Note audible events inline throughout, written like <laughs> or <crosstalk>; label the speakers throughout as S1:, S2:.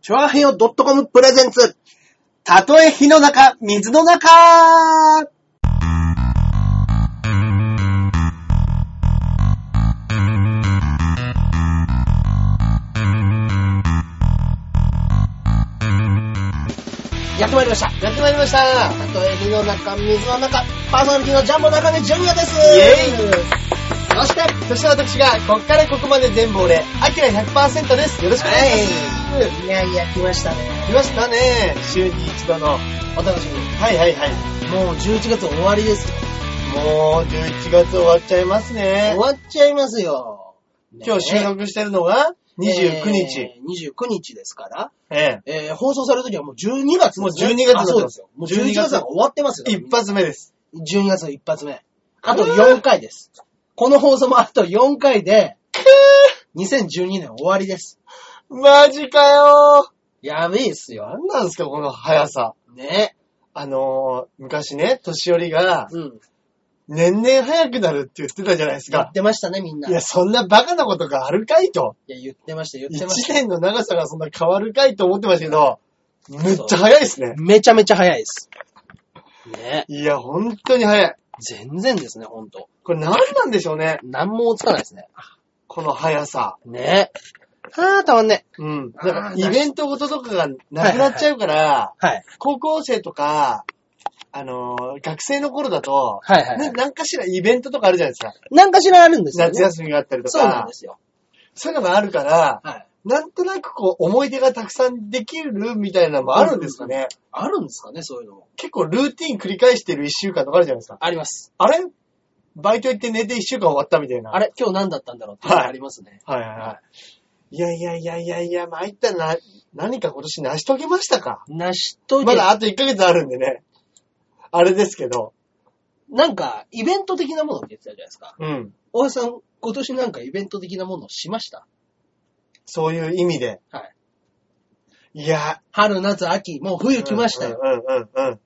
S1: チョアヘヨドットコムプレゼンツ。
S2: たとえ火の中、水の中
S1: やってまいりました。やってまいりました。たとえ火の中、水の中、パーソナリティのジャンボ中根ジュニアです。
S2: イェ
S1: そして、
S2: そして私が、こっからここまで全部俺、アキラ100%です。よろしくお願いします。
S1: いやいや、来ましたね。
S2: 来ましたね。週に一度の。
S1: お楽しみに。
S2: はいはいはい。
S1: もう11月終わりですよ。
S2: もう、11月終わっちゃいますね
S1: 終。わっちゃいますよ。ね
S2: 今日収録してるのが、29日。
S1: えー29日ですから、
S2: え
S1: えー放送されるときはもう12月
S2: もう12月
S1: あそうですよ。もう11
S2: 12
S1: 月
S2: 月
S1: が終わってますよ
S2: え。。一発目です。
S1: 12月の一発目。あと4回です。この放送もあと4回で、2012年終わりです。
S2: マジかよ
S1: やべえっすよ。
S2: 何なんですか、この速さ。
S1: ね。
S2: あのー、昔ね、年寄りが、
S1: うん。
S2: 年々早くなるって言ってたじゃないです
S1: 言
S2: か
S1: っ。てましたね、みんな。
S2: い
S1: いや
S2: や、、そんなバカなことがあるかいと。
S1: 言ってました、言って
S2: 1
S1: ました。
S2: 年の長さがそんな変わるかいと思ってましたけど、めっちゃ早いですね。
S1: めちゃめちゃ早いです。ね。
S2: いや、本当に早い。
S1: 全然ですね、ほんと。
S2: これ何なんでしょうね。
S1: なんも追いつかないですね。
S2: この速さ。
S1: ね。あー、たまんね。
S2: うん。
S1: あー
S2: なんか、イベントごととかがなくなっちゃうから、
S1: はい。
S2: 高校生とか、あのー学生の頃だと、
S1: はいはい、は。
S2: ないなんかしらイベントとかあるじゃないですか。
S1: なんかしらあるんですよ、ね。
S2: 夏休みがあったりと
S1: そうなん
S2: か
S1: で、すよ。
S2: そういうのがあるから、
S1: はい。
S2: なんとなくこう、思い出がたくさんできるみたいなのもあるんですかね。
S1: あるんですかね、そういうのも。
S2: 結構ルーティン繰り返してる一週間とかあるじゃないですか。
S1: あります。
S2: あれバイト行って寝て一週間終わったみたいな。
S1: あれ、今日何だったんだろうっていうのがありますね。
S2: はいはいはい。いやいやいやいやいや、参ったな、何か今年成し遂げましたか
S1: 成し遂
S2: ま
S1: げ、
S2: だあと1ヶ月あるんでね。あれですけど。
S1: なんか、イベント的なものって言ってたじゃないですか。
S2: うん。
S1: 大橋さん、今年なんかイベント的なものをしました
S2: そういう意味で。
S1: はい。
S2: いや。
S1: 春、夏、秋、もう冬来ましたよ。
S2: うんうんうん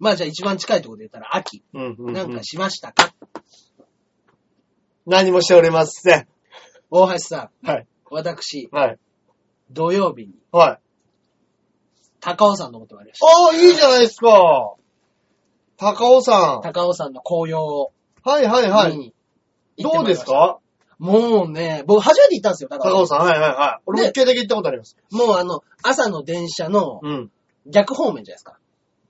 S1: まあじゃあ一番近いところで言ったら秋。
S2: うん。うんうんうん
S1: なんかしましたか、
S2: 何もしておりません。
S1: 大橋さ
S2: はい。
S1: ん、私、
S2: はい。
S1: 土曜日に
S2: はい。
S1: 高尾山登ってまいりました。
S2: ああ、いいじゃないですか。高尾さん。
S1: 高尾山の紅葉を
S2: はいはいは
S1: 見
S2: い。
S1: に行
S2: ど
S1: ってま
S2: う
S1: いりま
S2: で
S1: し
S2: す
S1: た
S2: か
S1: もうね、僕初めて行ったんですよ、高
S2: 高
S1: 尾
S2: 尾さん。はいはいはい。俺も一回だけ行ったことあります。
S1: 山。もうあの、朝の電車の
S2: うん。
S1: 逆方面じゃないですか。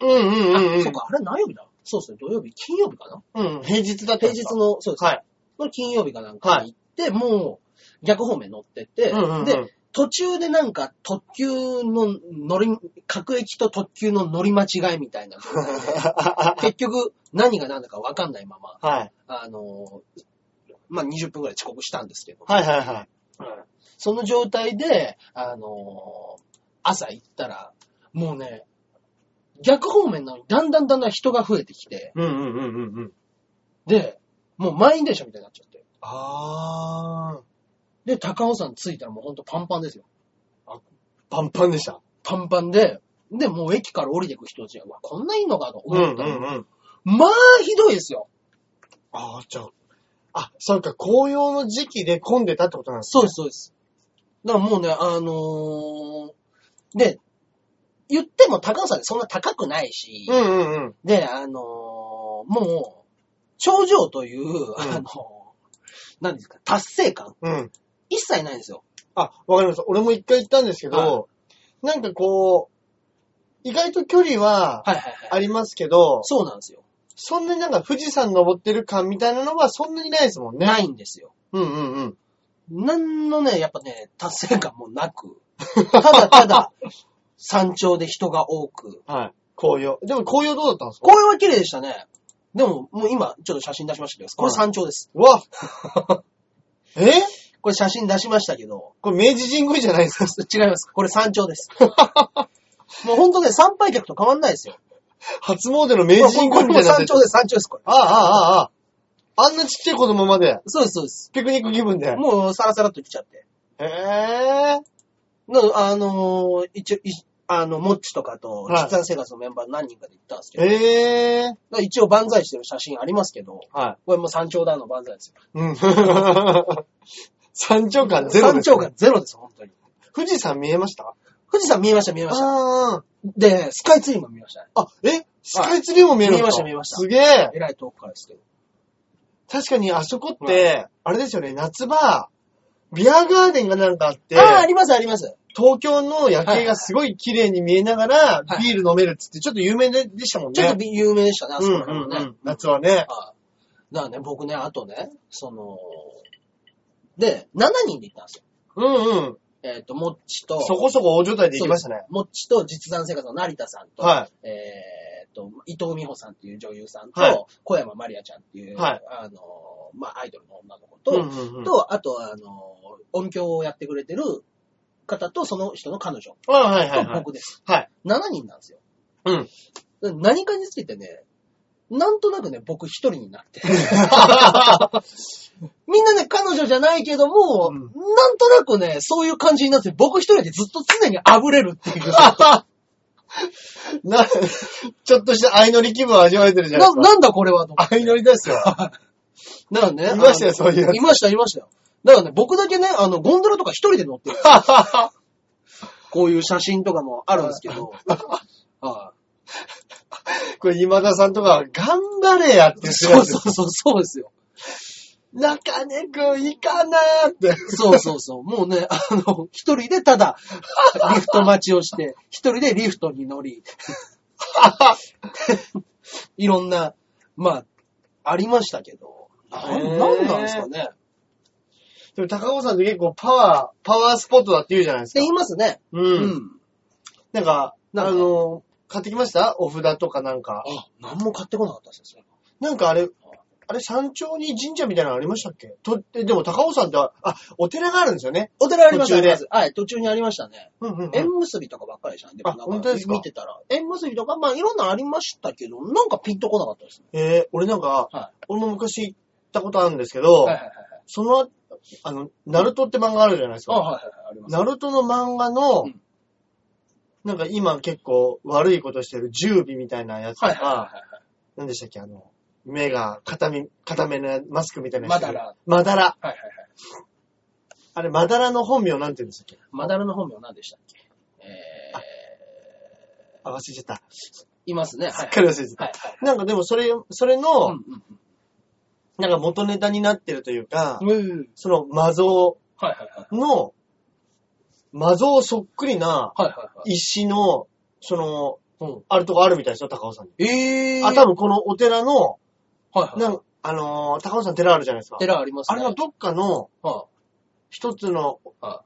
S2: うんうんうんう
S1: あ、
S2: ん
S1: そう。か、あれ何曜日だそうですね、土曜日、金曜日かな
S2: うん、平日だったん
S1: 平
S2: で
S1: 日
S2: すか
S1: の、そうです。
S2: はい。
S1: の金曜日かなんかに行って、もう逆方面乗ってって、
S2: うんうんうん
S1: で、途中でなんか特急の乗り、各駅と特急の乗り間違いみ
S2: <laughs>
S1: たいな状態で結局何が何だかわかんないまま、
S2: はい。
S1: あのーまあ、20分くらい遅刻したんですけど、
S2: はいはいはい。
S1: その状態で、あのー朝行ったら、もうね、逆方面なのにだんだんだんだん人が増えてきて、
S2: うんうんうんうんうん。
S1: で、もう満員電車みたいになっちゃって。
S2: あー。
S1: で、高尾山着いたらもうほんとパンパンですよ。
S2: パンパンでした。
S1: パンパンで、で、もう駅から降りてく人たちが、うわ、こんないいのかと
S2: うんう
S1: 思
S2: ん
S1: った
S2: う
S1: ら、
S2: ん。
S1: まあ、ひどいですよ。
S2: あー、じゃあ。あ、そうか、紅葉の時期で混んでたってことなんです
S1: そうです、そうです。だからもうね、あのー、で、言っても高尾山ってそんな高くないし、
S2: うんうんうん。
S1: で、あのー、もう、頂上という、あのー、何ですか、達成感、
S2: うん。
S1: 一切ないんですよ。
S2: あ、わかりました。俺も一回行ったんですけど、なんかこう、意外と距離は
S1: はいはいはい。
S2: ありますけど、
S1: そうなんですよ。
S2: そんなになんか富士山登ってる感みたいなのはそんなにないですもんね。
S1: ないんですよ。
S2: うんうんうん。
S1: なんのね、やっぱね、達成感もなく、ただた
S2: <laughs>
S1: だ、山頂で人が多く、
S2: はい。紅葉。でも紅葉どうだったんですか
S1: 紅葉は綺麗でしたね。でも、もう今、ちょっと写真出しましたけど、これ山頂です。
S2: うわ
S1: <laughs>
S2: え
S1: これ写真出しました
S2: <laughs>
S1: けど、
S2: これ明治神宮じゃないですか <laughs>
S1: 違います。これ山頂です。もうほんとね、参拝客と変わんないですよ。
S2: 初詣の明治神宮
S1: こ
S2: みた
S1: れもう
S2: いになっ
S1: 山
S2: てる
S1: 頂です、山頂です、これ。
S2: ああ、ああ、ああ。あんなちっちゃい子供まで、
S1: そうです、そうです。
S2: ピクニック気分で。
S1: もうサラサラっと来ちゃって。
S2: へえ。
S1: なあのー一応、いあの、モッチとかと、
S2: はい
S1: 実弾生活のメンバー何人かで行ったんですけど、
S2: へえ。
S1: だから一応万歳してる写真ありますけど、
S2: は
S1: これもう山頂だの万歳ですよ。
S2: い。うん。山頂感ゼロです、
S1: 山頂が。ゼロです、本当に。
S2: 富士山見えました
S1: 富士山見えました、見えました。
S2: あー
S1: で、スカイツリーも見ましたね。
S2: あ、えスカイツリーも見えるのか
S1: 見えました見えまし
S2: す
S1: た
S2: げえ。
S1: えらい遠くからですけど。
S2: 確かにあそこって、あれですよね、夏場、ビアガーデンがなんかあって、
S1: ああ、あります、あります。
S2: 東京の夜景がすごい綺麗に見えながら、
S1: はい
S2: ビール飲めるっつって、ちょっと有名でしたもんね。
S1: ちょっとび有名でしたね、あそこ
S2: うん
S1: ら辺もね。
S2: うんうん、夏はね。
S1: はい。だからね、僕ね、あとね、その、で、7人で行ったんですよ。
S2: うんうん。
S1: えっ、と、もっちと、
S2: そこそこ大所帯で行きましたね。
S1: もっちと実弾生活の成田さんと、
S2: は
S1: えっ、と、伊藤美穂さんっていう女優さんと、
S2: はい
S1: 小山まりあちゃんっていう、
S2: はい
S1: あの、まあ、アイドルの女の子
S2: い。
S1: と、
S2: うんうんうん、
S1: と、あと、あの、音響をやってくれてる方と、その人の彼女
S2: あはいはい
S1: と
S2: はい。
S1: 僕です。
S2: はい。
S1: 7人なんですよ。
S2: うん。
S1: で何かについてね、なんとなくね、僕一人に
S2: <laughs>
S1: なって。みんなね、彼女じゃないけども、
S2: うん
S1: なんとなくね、そういう感じになって、僕一人でずっと常にあぶれるって
S2: <laughs>
S1: いう。
S2: な、ちょっとした相乗り気分を味わえてるじゃない
S1: な、
S2: ですか。
S1: なんだこれはと思って。
S2: 相乗りですよ。
S1: <laughs> だからね。
S2: いましたよ
S1: あの
S2: そういうやつ
S1: いました、いましたよ。だからね、僕だけね、あの、ゴンドラとか一人で乗ってる。こういう写真とかもあるんですけど。ああ
S2: これ今田さんとか、頑張れや <laughs> ってするや
S1: そう
S2: つ
S1: そうそう、そうですよ。
S2: 中根くんいかなーって。
S1: そうそうそう。もうね、あの、一人でただ、リフト待ちをして、一人でリフトに乗り、いろんな、まあ、ありましたけど。な
S2: へ
S1: ん
S2: ー
S1: なんなんですかね。
S2: でも高尾さんって結構パワー、パワースポットだって言うじゃないです
S1: で、
S2: か
S1: 言。いますね。
S2: う。。
S1: うん
S2: なんか、
S1: なんか
S2: あの、買ってきましたお札とかなんか。
S1: あ、何も買ってこなかったですね。
S2: なんかあれ、あれ山頂に神社みたいなのありましたっけと、えでも高尾山って、あ、お寺があるんですよね。
S1: お寺ありました
S2: 途中で
S1: ありますはい、途中にありましたね。
S2: うんうん、
S1: 縁結びとかばっかりでしたね。も
S2: あ
S1: なん
S2: 本当ですか
S1: 見てたら。縁結びとか、まあいろんなのありましたけど、なんかピンとこなかったですね。
S2: えー俺なんか、
S1: は
S2: 俺も昔行ったことあるんですけど、
S1: はいはい。
S2: その、あの、ナルトって漫画あるじゃないです
S1: あ、
S2: か。
S1: はいはいはい、あります。
S2: ナルトの漫画の、
S1: うん
S2: なんか今結構悪いことしてる十尾みたいなやつと
S1: はい
S2: か、
S1: はいはいはい。
S2: 何でしたっけあの、目が固め、固めのマスクみたいなや
S1: マ
S2: つ。
S1: ダラ。
S2: マダラ。
S1: はいはいはい。
S2: あれ、マダラの本名なんて言うんでしたっけ
S1: マダラの本名は何でしたっけえー、
S2: あ、忘れちゃった。
S1: いますね。は
S2: す
S1: い
S2: っかり忘れちゃった。
S1: はいはい。
S2: なんかでもそれ、それの、
S1: うん
S2: なんか元ネタになってるというか、
S1: うんうん。うん
S2: その魔像
S1: はいはいはい。
S2: の、魔像そっくりな
S1: はいはいはい。
S2: 石の、その、
S1: うん
S2: あるとこあるみたいですよ、高尾さんに。
S1: えー。
S2: あ、多分このお寺の、
S1: はいは。
S2: ないんあのー高尾さん寺あるじゃないですか。
S1: 寺あります
S2: あ
S1: ね。
S2: れのどっかの、
S1: は
S2: 一つの、
S1: あ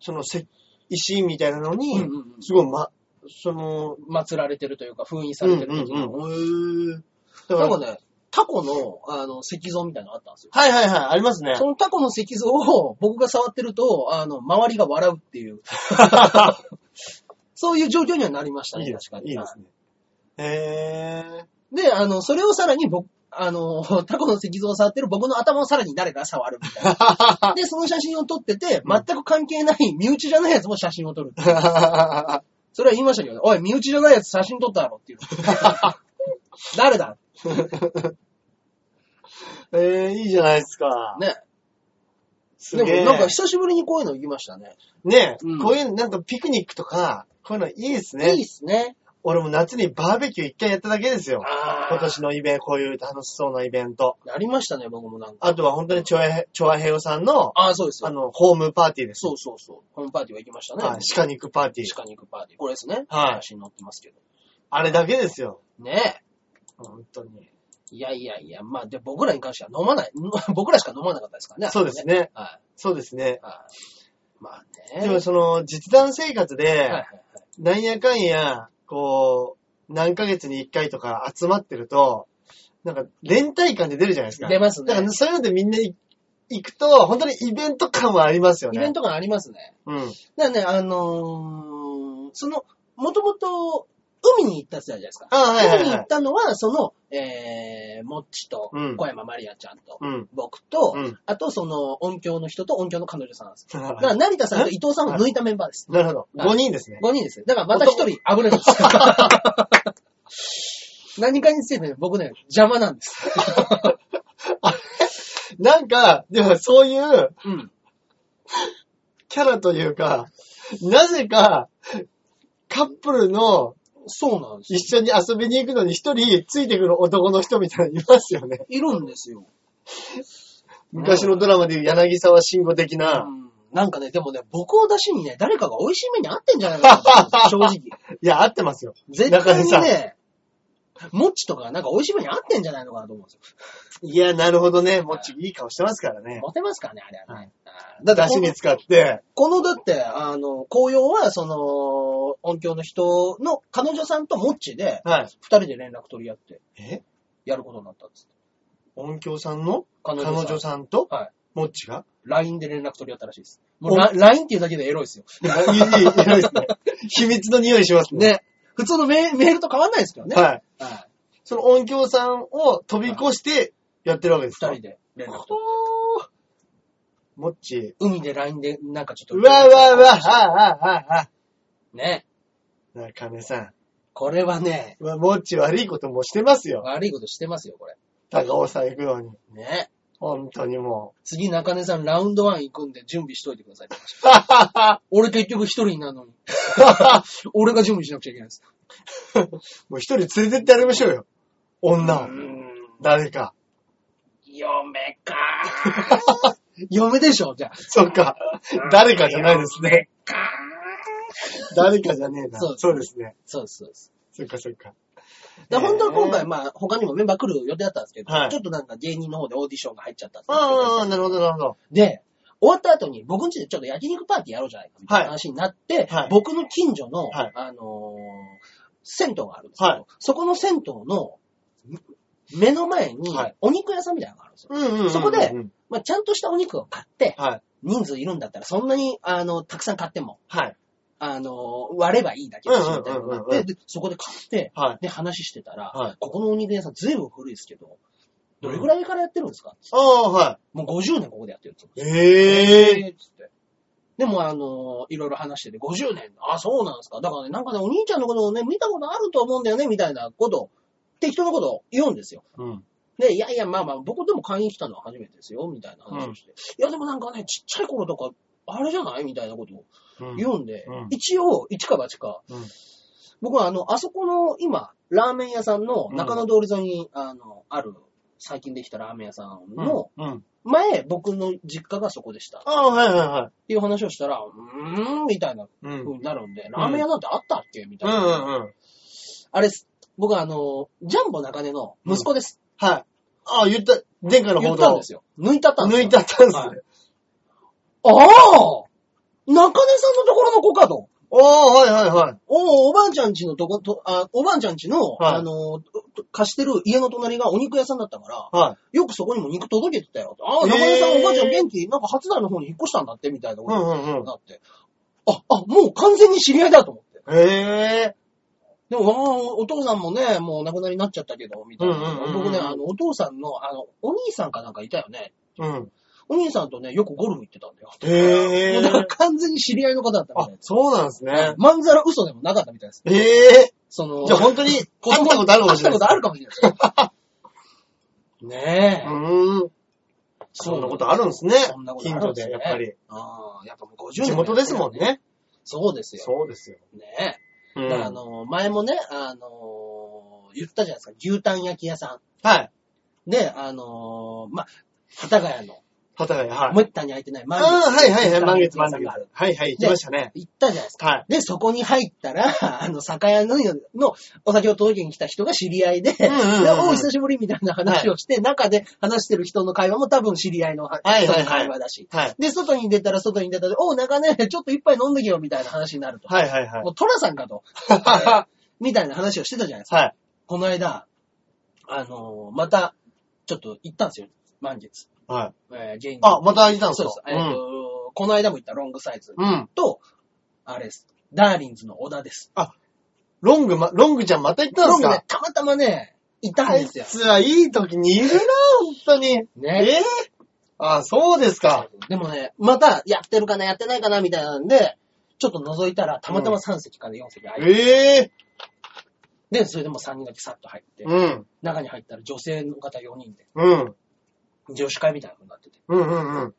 S2: その石、石みたいなの
S1: い
S2: に、
S1: うんうんうん。
S2: すごい、ま、その、
S1: 祀られてるというか、封印されてる時の。へー
S2: だ
S1: なんかね、タコの、あの、石像みたいなのあったんですよ。
S2: はいはいはい、ありますね
S1: そ。のタコの石像を僕が触ってると、あの、周りが笑うっていう、そういう状況にはなりました
S2: <laughs>
S1: ね、
S2: いいです
S1: 確かに。
S2: いいですね。へー。
S1: で、あの、それをさらに僕、あの、タコの石像を触ってる僕の頭をさらに誰かが触るみたいな。で、その写真を撮ってて、全く関係ない、身内じゃないやつも写真を撮る。それは言いましたけど、おい、身内じゃないやつ写真撮っただろっていう。誰だ
S2: <laughs> えー、いいじゃないですか。
S1: ね。
S2: す
S1: で
S2: げえ。
S1: も、なんか久しぶりにこういうの行きましたね。
S2: ね、
S1: うん
S2: こういう、なんかピクニックとか、こういうのいいですね。
S1: いいっすね。
S2: 俺も夏にバーベキュー一回やっただけですよ。
S1: あ
S2: 今年のイベント、こういう楽しそうなイベント。
S1: ありましたね、僕もなんか。
S2: あとは本当にチョア、チョアヘヨさんの、
S1: ああ、そうですよ
S2: あの、ホームパーティーです。
S1: そうそうそう。ホームパーティーは行きましたね。
S2: はい、鹿肉パーティー。
S1: 鹿肉パーティー。これですね。
S2: はい
S1: 写真載ってますけど。
S2: あれだけですよ。
S1: ねえ。
S2: 本当に。
S1: いやいやいや、まあ、で、僕らに関しては飲まない。 <laughs> 僕らしか飲まなかったですからね。
S2: そうですね。
S1: は
S2: そうですね
S1: い。。はい。まあね。
S2: でもその、実弾生活
S1: はいはい
S2: で、
S1: はい
S2: なんやかんや、こう、何ヶ月に一回とか集まってると、なんか、連帯感で出るじゃないですか。
S1: 出ますね
S2: だから、そういうのでみんな行行くと、本当にイベント感はありますよね。
S1: イベント感ありますね。
S2: うん。
S1: だからね、あのーその、もともと、海に行ったって言ったじゃないですか。
S2: あはいはい
S1: 海に
S2: は
S1: 行っ
S2: い。
S1: たのは、その、えー、もっちと
S2: うん、
S1: 小山まりあちゃんと、
S2: <laughs> うん。
S1: 僕と、
S2: うん
S1: あとその音響の人と音響の彼女さんなんです。だから成田さんと伊藤さんを抜いたメンバーです。
S2: なるほど。
S1: はい
S2: 5人ですね。
S1: 5人ですよ。だからまた1人あぶれる
S2: <laughs>
S1: んですよ。何かについてね僕ね、邪魔なんです。
S2: なんか、でもそういう
S1: うん。
S2: キャラというか、なぜか、カップルの
S1: そうなんですよ。
S2: 一緒に遊びに行くのに一人ついてくる男の人みたいにいますよね。
S1: いるんですよ。
S2: 昔のドラマでいう柳沢慎吾的
S1: う
S2: な。
S1: んなんかね、でもね、僕を出しにね、誰かが美味しい目にあってんじゃないか
S2: <laughs>
S1: な、正直。
S2: いや、合ってますよ。
S1: 絶対にね、モッチとかなんか美味しい目にあってんじゃないのかなと思うんですよ。
S2: いや、なるほどね。もっちいい顔してますからね。
S1: モテますからね、あれはね。だ
S2: 出
S1: って
S2: 汁に使って。
S1: この、このだって、あの、紅葉は、その、音響の人の彼女さんとモッチで、
S2: は
S1: 二人で連絡取り合って、
S2: い。え
S1: やることになったんです。
S2: 音響さんの
S1: 彼
S2: 彼女
S1: さん。
S2: さんと
S1: はい。
S2: もっちが
S1: LINE で連絡取り合ったらしいです。もう
S2: お
S1: ラ LINE っていうだけでエロいですよ。
S2: いやいいいいですね。秘密の匂いしますね。
S1: ね。普通のメメールと変わんないですけどね。
S2: はい。
S1: はい。
S2: その音響さんを飛び越してやってるわけです
S1: 二
S2: か
S1: 人で連絡取
S2: ほーもっち。
S1: 海で LINE でなんかちょっと。
S2: うわうわうわ、ああああああ。
S1: ね。
S2: 中根さん。
S1: これはね、
S2: うわもっち悪いこともしてますよ。
S1: 悪いことしてますよ、これ。
S2: 高尾山行くのに。
S1: ね。
S2: 本当にも
S1: 次、中根さん、ラウンド1行くんで準備しといてくだ <laughs> さい。
S2: う。ははは
S1: 俺結局一人になる <laughs> のに。
S2: は
S1: 俺が準備しなくちゃいけないです。
S2: もう一人連れてってやりましょうよ。女を
S1: う。ん。
S2: 誰か。
S1: 嫁かー。嫁でしょ、じゃあ。
S2: そっか。誰かじゃないですね。誰かじゃねえな。
S1: そう
S2: そうですね。
S1: そうです、そうです。
S2: そっかそっか。
S1: で、本当は今
S2: え
S1: 回、
S2: ー
S1: まあ、他にもメンバー来る予定だったんですけど、
S2: はい
S1: ちょっとなんか芸人の方でオーディションが入っちゃったんですけど
S2: ああ、なるほど、なるほど。
S1: で、終わった後に僕ん家でちょっと焼肉パーティーやろうじゃないかみたいな話になって、
S2: はい
S1: 僕の近所の、
S2: はい
S1: あのー銭湯があるんですけど、
S2: はい
S1: そこの銭湯の目の前に
S2: はい
S1: お肉屋さんみたいなのがあるんですよ。
S2: うんうんうんうん
S1: そこでまあ、ちゃんとしたお肉を買って、
S2: はい。
S1: 人数いるんだったらそんなに、あの、たくさん買っても、
S2: はい。
S1: あのー割ればいいだけだし、みたいなのがあ
S2: うんうんうんう
S1: っ
S2: ん
S1: て、でそこで買って、
S2: はい。
S1: で、話してたら、
S2: はい
S1: ここのお肉屋さん随分古いですけど、どれぐらいからやってるんですか、
S2: ああ、は
S1: もう50年ここでやってるんですよ
S2: い。ええ。
S1: えーっつって。でも、あのいろいろ話してて、50年、あ、そうなんですか。だからね、なんかね、お兄ちゃんのことをね、見たことあると思うんだよね、みたいなことを、適当なことを言うんですよ。
S2: うん。
S1: で、いやいや、まあまあ、僕でも会員来たのは初めてですよ、みたいな話をして。いや、でもなんかね、ちっちゃい頃とか、あれじゃないみたいなことを言うんで、
S2: うんうん
S1: 一応、一か八か、
S2: うん
S1: 僕はあの、あそこの、今、ラーメン屋さんの中野通り沿いに、あの、ある、最近できたラーメン屋さんの、
S2: うん。うん。
S1: 前、僕の実家がそこでした。
S2: ああ、はいはいはい。
S1: っていう話をしたら、うーん、みたいな
S2: うん。うん
S1: 風になるんで、ラーメン屋なんてあったっけみた
S2: う
S1: いな。
S2: んうん。
S1: あれです。僕はあの、ジャンボ中根の息子です。
S2: はい。ああ、言った、前回の
S1: 言
S2: 報
S1: ったん
S2: 道
S1: で。すよ。抜いたったんです
S2: 抜
S1: よ。
S2: いたったんです
S1: は
S2: ね。
S1: ああ中根さんのところの子かと。
S2: おおはいはいはい。
S1: おお、おばあちゃん家のとこ、とあおばあちゃん家の、
S2: はい
S1: あの、と貸してる家の隣がお肉屋さんだったから、
S2: はい。
S1: よくそこにも肉届けてたよ。ああ、
S2: へー
S1: 中根さん、おばあちゃん元気なんか初代の方に引っ越したんだってみたいなこ
S2: う
S1: と
S2: んうんうん
S1: に。なって。あ、あ、もう完全に知り合いだと思って。
S2: へえ。
S1: でも、わあお父さんもね、もう亡くなりになっちゃったけど、みたいな。
S2: うんうんうんうん
S1: 僕ね、あの、お父さんの、あの、お兄さんかなんかいたよね。
S2: うん。
S1: お兄さんとね、よくゴルフ行ってたんだよ。
S2: へ
S1: もうだから
S2: え。
S1: 完全に知り合いの方だったみ
S2: あ
S1: たい、です。
S2: そうなんですね。
S1: まんざら嘘でもなかったみたいです。
S2: へえ。
S1: その、
S2: じゃあ本当に、会ったことあるかもしれない。
S1: 会ったことあるかもしれないです。 <laughs> ねえ。
S2: うーん。そんなことあるんですね
S1: そんな。ことあ
S2: 近
S1: る
S2: 所
S1: ん
S2: で
S1: で
S2: す
S1: ね
S2: やっぱり。
S1: ああ、やっぱもう50年。
S2: 地元ですもん。ね。
S1: そうですよ。
S2: そうですよ。
S1: ね
S2: う
S1: え。
S2: ん
S1: だからあの、前もね、あの、言ったじゃないですか、牛タン焼き屋さん。
S2: はい。
S1: で、あのーまあ、幡ヶ谷の、
S2: 畑谷、はい。
S1: めったに空いてない、
S2: あ
S1: 満
S2: あ、はいはいはい、満月
S1: 満
S2: 満月。
S1: 月がある
S2: はいはい、行きましたね。
S1: 行ったじゃないですか。
S2: はい。
S1: で、そこに入ったら、 <laughs> あの、酒屋ののお酒を届けに来た人が知り合いで、
S2: んうんうんうん
S1: でお久しぶりみたいな話をして、中で話してる人の会話も多分知り合いのは
S2: はい
S1: 人
S2: はいはい
S1: の会話だし。
S2: はい。
S1: で、外に出たら外に出たで、おう、中根、ちょっと一杯飲んでけよ、みたいな話になると。
S2: はいはいはい
S1: も。う、トラさ
S2: <laughs>
S1: んかと、
S2: は
S1: みたいな話をしてたじゃないですか。
S2: い。
S1: この間、あのーまた、ちょっと行ったんですよ、満月。
S2: はい。
S1: えー芸人
S2: あ、また行ったんです
S1: そう
S2: か
S1: です。えっ、と、この間も言ったロングサイズ
S2: うん。うん。
S1: と、あれです。ダーリンズの小田です。
S2: ロングま、ロングちゃんまた行ったんで
S1: ロン
S2: す
S1: グね
S2: か、
S1: たまたまね、いたん
S2: あ
S1: で
S2: い
S1: すよ。
S2: つはいい時にいるな、本当に。え
S1: ね。
S2: えあ、そうですか。
S1: でもね、またやってるかな、やってないかな、みたいなんで、ちょっと覗いたら、たまたま3席から4席入って、
S2: ええ
S1: で、それでも3人だけサッと入って、
S2: うん。
S1: 中に入ったら女性の方4人で、
S2: うん。
S1: 女子会みたいなのになってて、
S2: うんうんうん。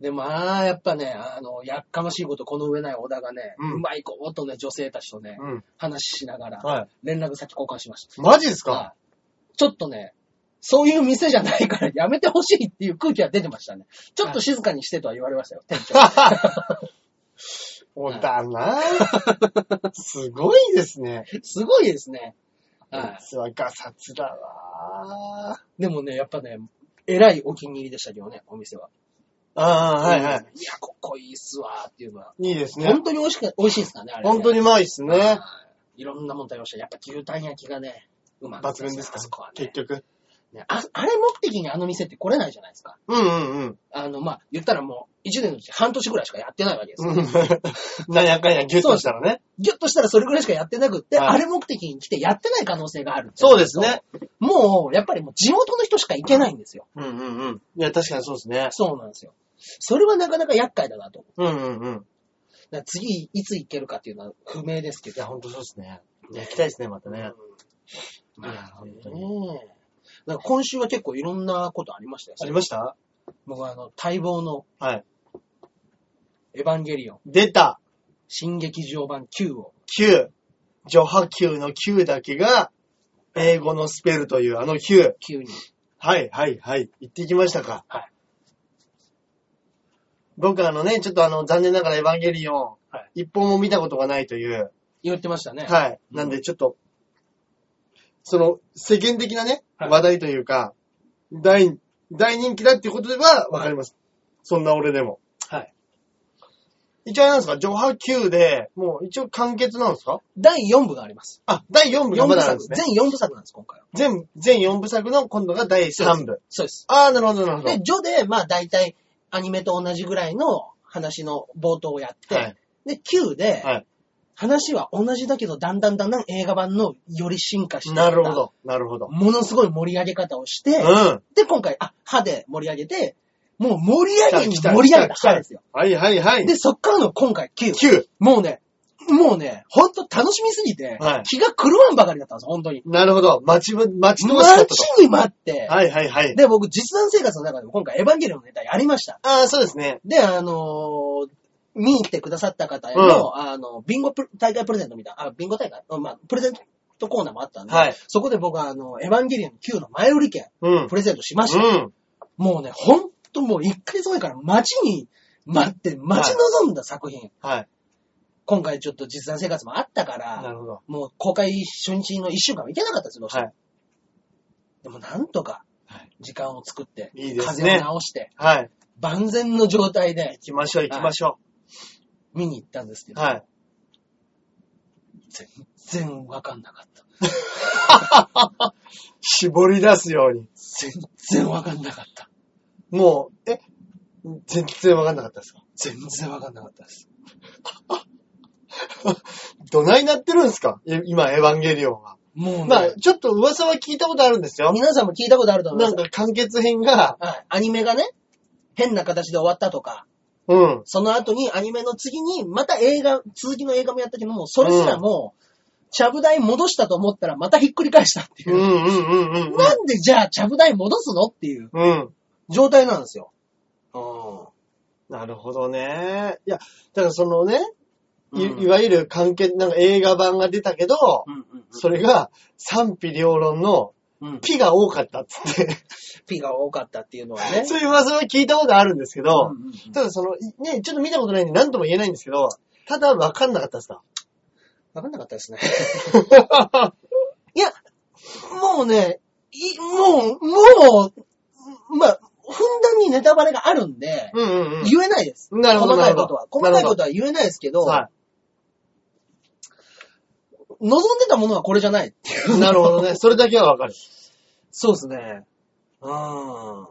S1: で、まあ、やっぱね、あの、やっかましいことこの上ない小田がね、
S2: う
S1: うんまいことね、女性たちとね、
S2: うん。
S1: 話しながら、
S2: は
S1: 連絡先交換しました。
S2: い。マジですか
S1: はいちょっとね、そういう店じゃないからやめてほしいっていう空気は出てましたね。ちょっと静かにしてとは言われましたよ。
S2: <laughs> おだ
S1: <laughs>
S2: なぁすごいですね。
S1: すごいですね。は
S2: 器がさつだわぁ
S1: い。でもね、やっぱね、えらいお気に入りでしたけどね、お店は。
S2: ああ、はいはい。
S1: いや、ここいいっすわーっていうのは。
S2: いいですね
S1: 本。当に美味しく、美味しいですかね、あれ、
S2: 本当
S1: に
S2: にうまいっすね。
S1: いろんなもん食べました。やっぱ牛タン焼きがね、うまかっ
S2: 抜
S1: たね
S2: 群ですか
S1: あそこは
S2: 結
S1: ね
S2: 局。
S1: ねあ。あれ目的にあの店って来れないじゃないですか。
S2: うんうん <laughs> うん。
S1: あの、まあ、言ったらもう、1年のうち半年ぐらいしかやってないわけですよ。
S2: なんやかんやギュッとしたらね。
S1: ギュッとしたらそれぐらいしかやってなくって、
S2: はい
S1: あれ目的に来てやってない可能性がある。
S2: そうですね。
S1: もう、やっぱりもう地元の人しか行けないんですよ。
S2: うんうんうん。いや、確かにそうですね。
S1: そうなんですよ。それはなかなか厄介だなと。
S2: うんうんうん。
S1: だから次、いつ行けるかっていうのは不明ですけ
S2: いや、
S1: ど。
S2: ほんとそうですね。いや、行きたいですね、またね。
S1: うんまあ、
S2: い
S1: 本
S2: や本当
S1: 当に。だから今週は結構いろんなことありましたよ
S2: あ。りました
S1: 僕はあの、待望の
S2: はい。
S1: エヴァンゲリオン、
S2: 出た
S1: 新劇場版 Q を、
S2: !Q。女波球の Q だけが、英語のスペルというあの Q。
S1: Q に。
S2: はい、はい、はい。行ってきましたか。
S1: はい。
S2: 僕あのね、ちょっとあの、残念ながらエヴァンゲリオン、
S1: は
S2: 一本も見たことがないという、
S1: 言ってましたね。
S2: はい。
S1: うん
S2: なんでちょっと、その、世間的なね、
S1: はい
S2: 話題というか、大、大人気だっていうことではわかります。そんな俺でも。
S1: はい。
S2: 一応あれなんですか、上波級で、もう一応完結なんですか
S1: 第4部があります。
S2: あ、第4部がま
S1: 4部
S2: だなん
S1: 作、
S2: ですね。
S1: 全4部作なんです、今回は。
S2: 全、全4部作の今度が第3部。
S1: そうです。
S2: ああ、なるほど、なるほど
S1: で、。ジョで、まあ大体アニメと同じぐらいの話の冒頭をやって、
S2: はい
S1: で、Q で、
S2: はい
S1: 話は同じだけど、だんだんだんだん映画版のより進化していった
S2: なるほど、なるほど。
S1: ものすごい盛り上げ方をして、
S2: うん。
S1: で、今回、あ、歯で盛り上げて、もう盛り上げに
S2: 来た
S1: 盛り上げた
S2: 来た
S1: 歯ですよ。
S2: はいはいはい。
S1: で、そっからの今回 Q。
S2: 9。
S1: もうね、もうね、ほんと楽しみすぎて、
S2: はい
S1: 気が狂わんばかりだったんです、本当に。
S2: なるほど。待ちぶ、待ち遠しかっ
S1: 待
S2: た
S1: ち
S2: と。
S1: に待って、
S2: はいはいはい。
S1: で、僕、実弾生活の中でも今回、エヴァンゲリオンのネタやりました。
S2: ああ、そうですね。
S1: で、あのー見に来てくださった方への、
S2: うん
S1: あの、ビンゴプレ大会プレゼントみたいな、あ、ビンゴ大会、うんまあ、プレゼントコーナーもあったんで、
S2: はい
S1: そこで僕は、あの、エヴァンゲリオン9の前売り券、
S2: うん。
S1: プレゼントしました。
S2: うん。
S1: もうね、ほんともう1ヶ月前から待ちに待って、待ち望んだ作品。
S2: はい。
S1: 今回ちょっと実際生活もあったから、
S2: なるほど。
S1: もう公開初日の1週間も行けなかったんですよ、どうしても
S2: はい
S1: でもなんとか
S2: はい、
S1: 時間を作って、
S2: いいです
S1: 風
S2: ね
S1: 邪を治して、
S2: はい。
S1: 万全の状態で
S2: 行きましょう行きましょ
S1: 見に行ったんですけ
S2: う。
S1: ど、
S2: はい。
S1: 全然わかんなかった。
S2: 絞り出すように。
S1: 全然わかんなかった。
S2: もう、え、全然わかんなかったですか
S1: 全然わかんなかったです。
S2: どないなってるんですかえ今、エヴァンゲリオンは。
S1: もうね、
S2: まあ、ちょっと噂は聞いたことあるんですよ。
S1: 皆さんも聞いたことあると思いま
S2: な
S1: す
S2: ん。か完結編が、
S1: はいアニメがね、変な形で終わったとか、
S2: うん。
S1: その後にアニメの次に、また映画、続きの映画もやったけども、それすらも、ちゃぶ台戻したと思ったらまたひっくり返したって
S2: う
S1: い
S2: んう
S1: う。
S2: んうんうんうん。
S1: なんでじゃあちゃぶ台戻すのっていう
S2: うん。
S1: 状態なんですよ。う
S2: なるほどね。いや、だからそのね、い
S1: うん
S2: いわゆる関係、なんか映画版が出たけど、
S1: ん。うんうん
S2: それが賛否両論の
S1: うん。
S2: ピが多かったっつって、
S1: ピが多かったっていうのはね。
S2: そういう噂は聞いたことあるんですけど、
S1: うんうんうん
S2: ただその、いね、ちょっと見たことないんで何とも言えないんですけど、ただ分かんなかったです
S1: <laughs>
S2: か
S1: わかんなかったですね。いや、もうね、いもう、もう、まあ、ふんだんにネタバレがあるんで、
S2: うんうん
S1: 言えないです。
S2: うん。なるほど、
S1: 細
S2: な
S1: か
S2: る
S1: い
S2: ほど
S1: ことは。。細かいことは言えないですけど、
S2: は
S1: 望んでたものはこれじゃない。
S2: い。なるほどね。それだけは分かる。
S1: <laughs> そうですね。うん。
S2: あ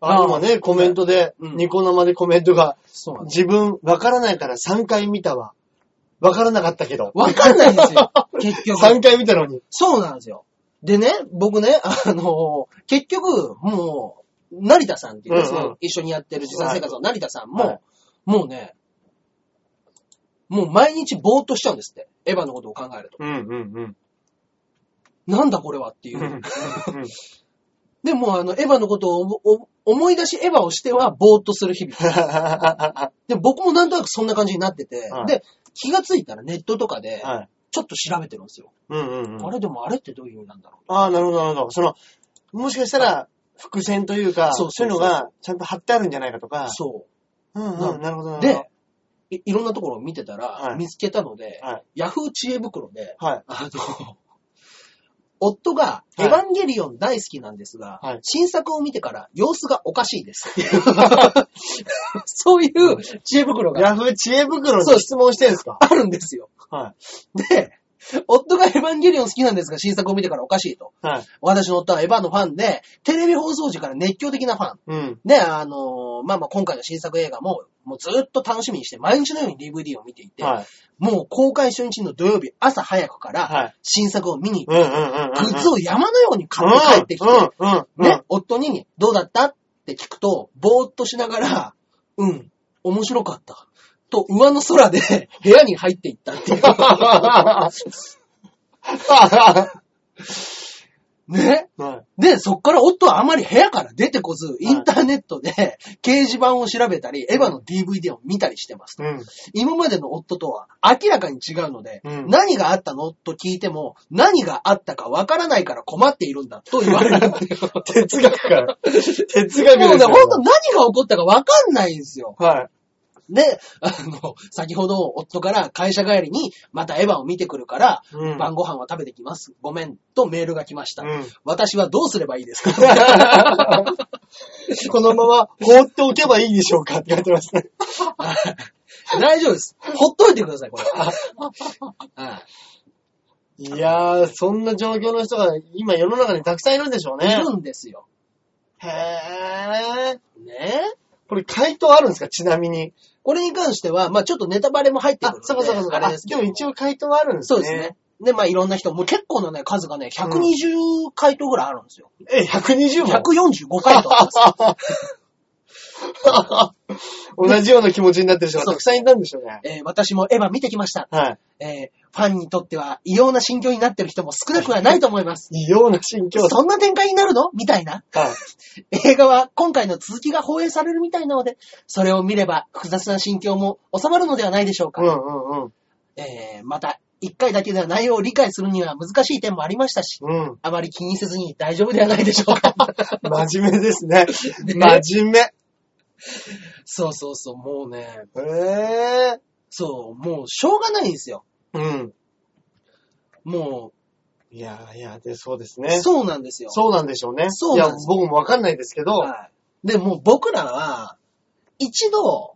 S1: あー
S2: 今ね、コメントで、
S1: うん
S2: ニコ生でコメントが、
S1: そうなんです。
S2: 自分分からないから3回見たわ。分からなかったけど。
S1: わかんないんで
S2: <laughs>
S1: すよ。結局。
S2: 3回見たのに。
S1: そうなんですよ。でね、僕ね、あの結局、もう、成田さんっていうね、
S2: うんうん
S1: 一緒にやってる実際生活の成田さんも、
S2: はい
S1: もうね、もう毎日ぼーっとしちゃうんですって。エヴァのことを考えると。
S2: うんうんうん。 <laughs>
S1: なんだこれはっていう。
S2: うん
S1: でも、あの、エヴァのことをおお思い出しエヴァをしては、ぼーっとする日々。
S2: は
S1: で、僕もなんとなくそんな感じになってて、
S2: はい
S1: で、気がついたらネットとかで、
S2: い。
S1: ちょっと調べてるんですよ。
S2: うんうんうん。
S1: あれでもあれってどういう意味なんだろ
S2: ああ、なるほど、なるほど。その、もしかしたら、伏線というか、
S1: そう
S2: そういうのが、ちゃんと貼ってあるんじゃないかと
S1: う。
S2: か。
S1: そ
S2: うんうん、なるほど、なるほど。
S1: う。で、いいろんなところを見てたら、
S2: はい
S1: 見つけたので、
S2: はい
S1: ヤフー知恵袋で、
S2: はい。
S1: あの、夫が、
S2: い
S1: エヴァンゲリオン大好きなんですが、
S2: はい
S1: 新作を見てから様子がおかし
S2: <laughs>
S1: いですっていう。そういう知恵袋が
S2: ヤフー知恵袋
S1: そう
S2: に質問してるんですか
S1: あるんですよ。
S2: は
S1: で、夫がエヴァンゲリオン好きなんですが、新作を見てからおかしいと。
S2: い。はい。
S1: 私の夫はエヴァのファンで、テレビ放送時から熱狂的なファン。
S2: うん。
S1: で、あのーまあまあ今回の新作映画も、もうずっと楽しみにして、毎日のように DVD を見ていて、
S2: はい。
S1: もう公開初日の土曜日朝早くから、
S2: はい。
S1: 新作を見に行
S2: うんうんうんうん。
S1: って、グッズ
S2: を
S1: を山のように買って帰ってきて、
S2: うんうんうん。
S1: ね、夫に、どうだったって聞くと、ぼーっとしながら、うん、面白かった。と、上の
S2: <laughs>
S1: 空で部屋に入っていったっていう。ね。
S2: はい。
S1: で、そっから夫はあまり部屋から出てこず、
S2: い
S1: インターネットで掲示板を調べたり、エヴァの DVD を見たりしてます。
S2: うん。
S1: 今までの夫とは明らかに違うので、
S2: うん
S1: 何があったのと聞いても、何があったかわからないから困っているんだと言われるっていう。
S2: 哲学から。 <laughs> 哲学
S1: もう
S2: です
S1: ね、
S2: よ
S1: ほんと何が起こったかわかんないんですよ。
S2: はい。
S1: で、あの、先ほど夫から会社帰りに、またエヴァを見てくるから、
S2: うん
S1: 晩ご飯は食べてきます。ごめん。とメールが来ました。
S2: うん
S1: 私はどうすればいいですか
S2: <laughs> このまま放っておけばいいでしょうかって書いてますね。
S1: 大丈夫です。ほっといてください、これ。はい
S2: やー、そんな状況の人が今世の中にたくさんいるんでしょう
S1: いい
S2: ね。
S1: るんですよ。
S2: へー。
S1: ねえ
S2: これ回答あるんですかちなみに。
S1: これに関しては、まあちょっとネタバレも入ってく
S2: あ
S1: るの、で。
S2: そうかそうかそうか。
S1: あ
S2: あ
S1: れですけ
S2: で
S1: ど
S2: も一応回答はあるんです
S1: そう
S2: ね。
S1: ですね。。で、まあいろんな人、もう結構なね、数がね、120回答ぐらいあるんですよ。
S2: え、120問
S1: 145回答なんですよ
S2: <laughs> 同じような気持ちになってる人がたくさんいたんでしょうね。
S1: <laughs> えー私もエヴァ見てきました。
S2: はい。
S1: えーファンにとっては異様な心境になってる人も少なくはないと思います。
S2: 異様な心境
S1: そんな展開になるのみたいな。
S2: はい。
S1: 映画は今回の続きが放映されるみたいなので、それを見れば複雑な心境も収まるのではないでしょう
S2: う
S1: か。
S2: んうんうん。
S1: えーまた、一回だけでは内容を理解するには難しい点もありましたし、
S2: うん。
S1: あまり気にせずに大丈夫ではないでしょ
S2: <laughs>
S1: うか。
S2: 真面目ですね。
S1: <laughs> ね
S2: 真面目。
S1: そうそうそう、もうね、
S2: ええ
S1: そう、もうしょうがないんですよ。
S2: うん。
S1: も
S2: いやいや、で、そうです
S1: う、
S2: ね。
S1: そうなんですよ。
S2: そうなんでしょうね。
S1: そうなん
S2: い
S1: で
S2: や
S1: す、
S2: 僕もわかんないですけど。
S1: はい。で、もう僕らは、一度、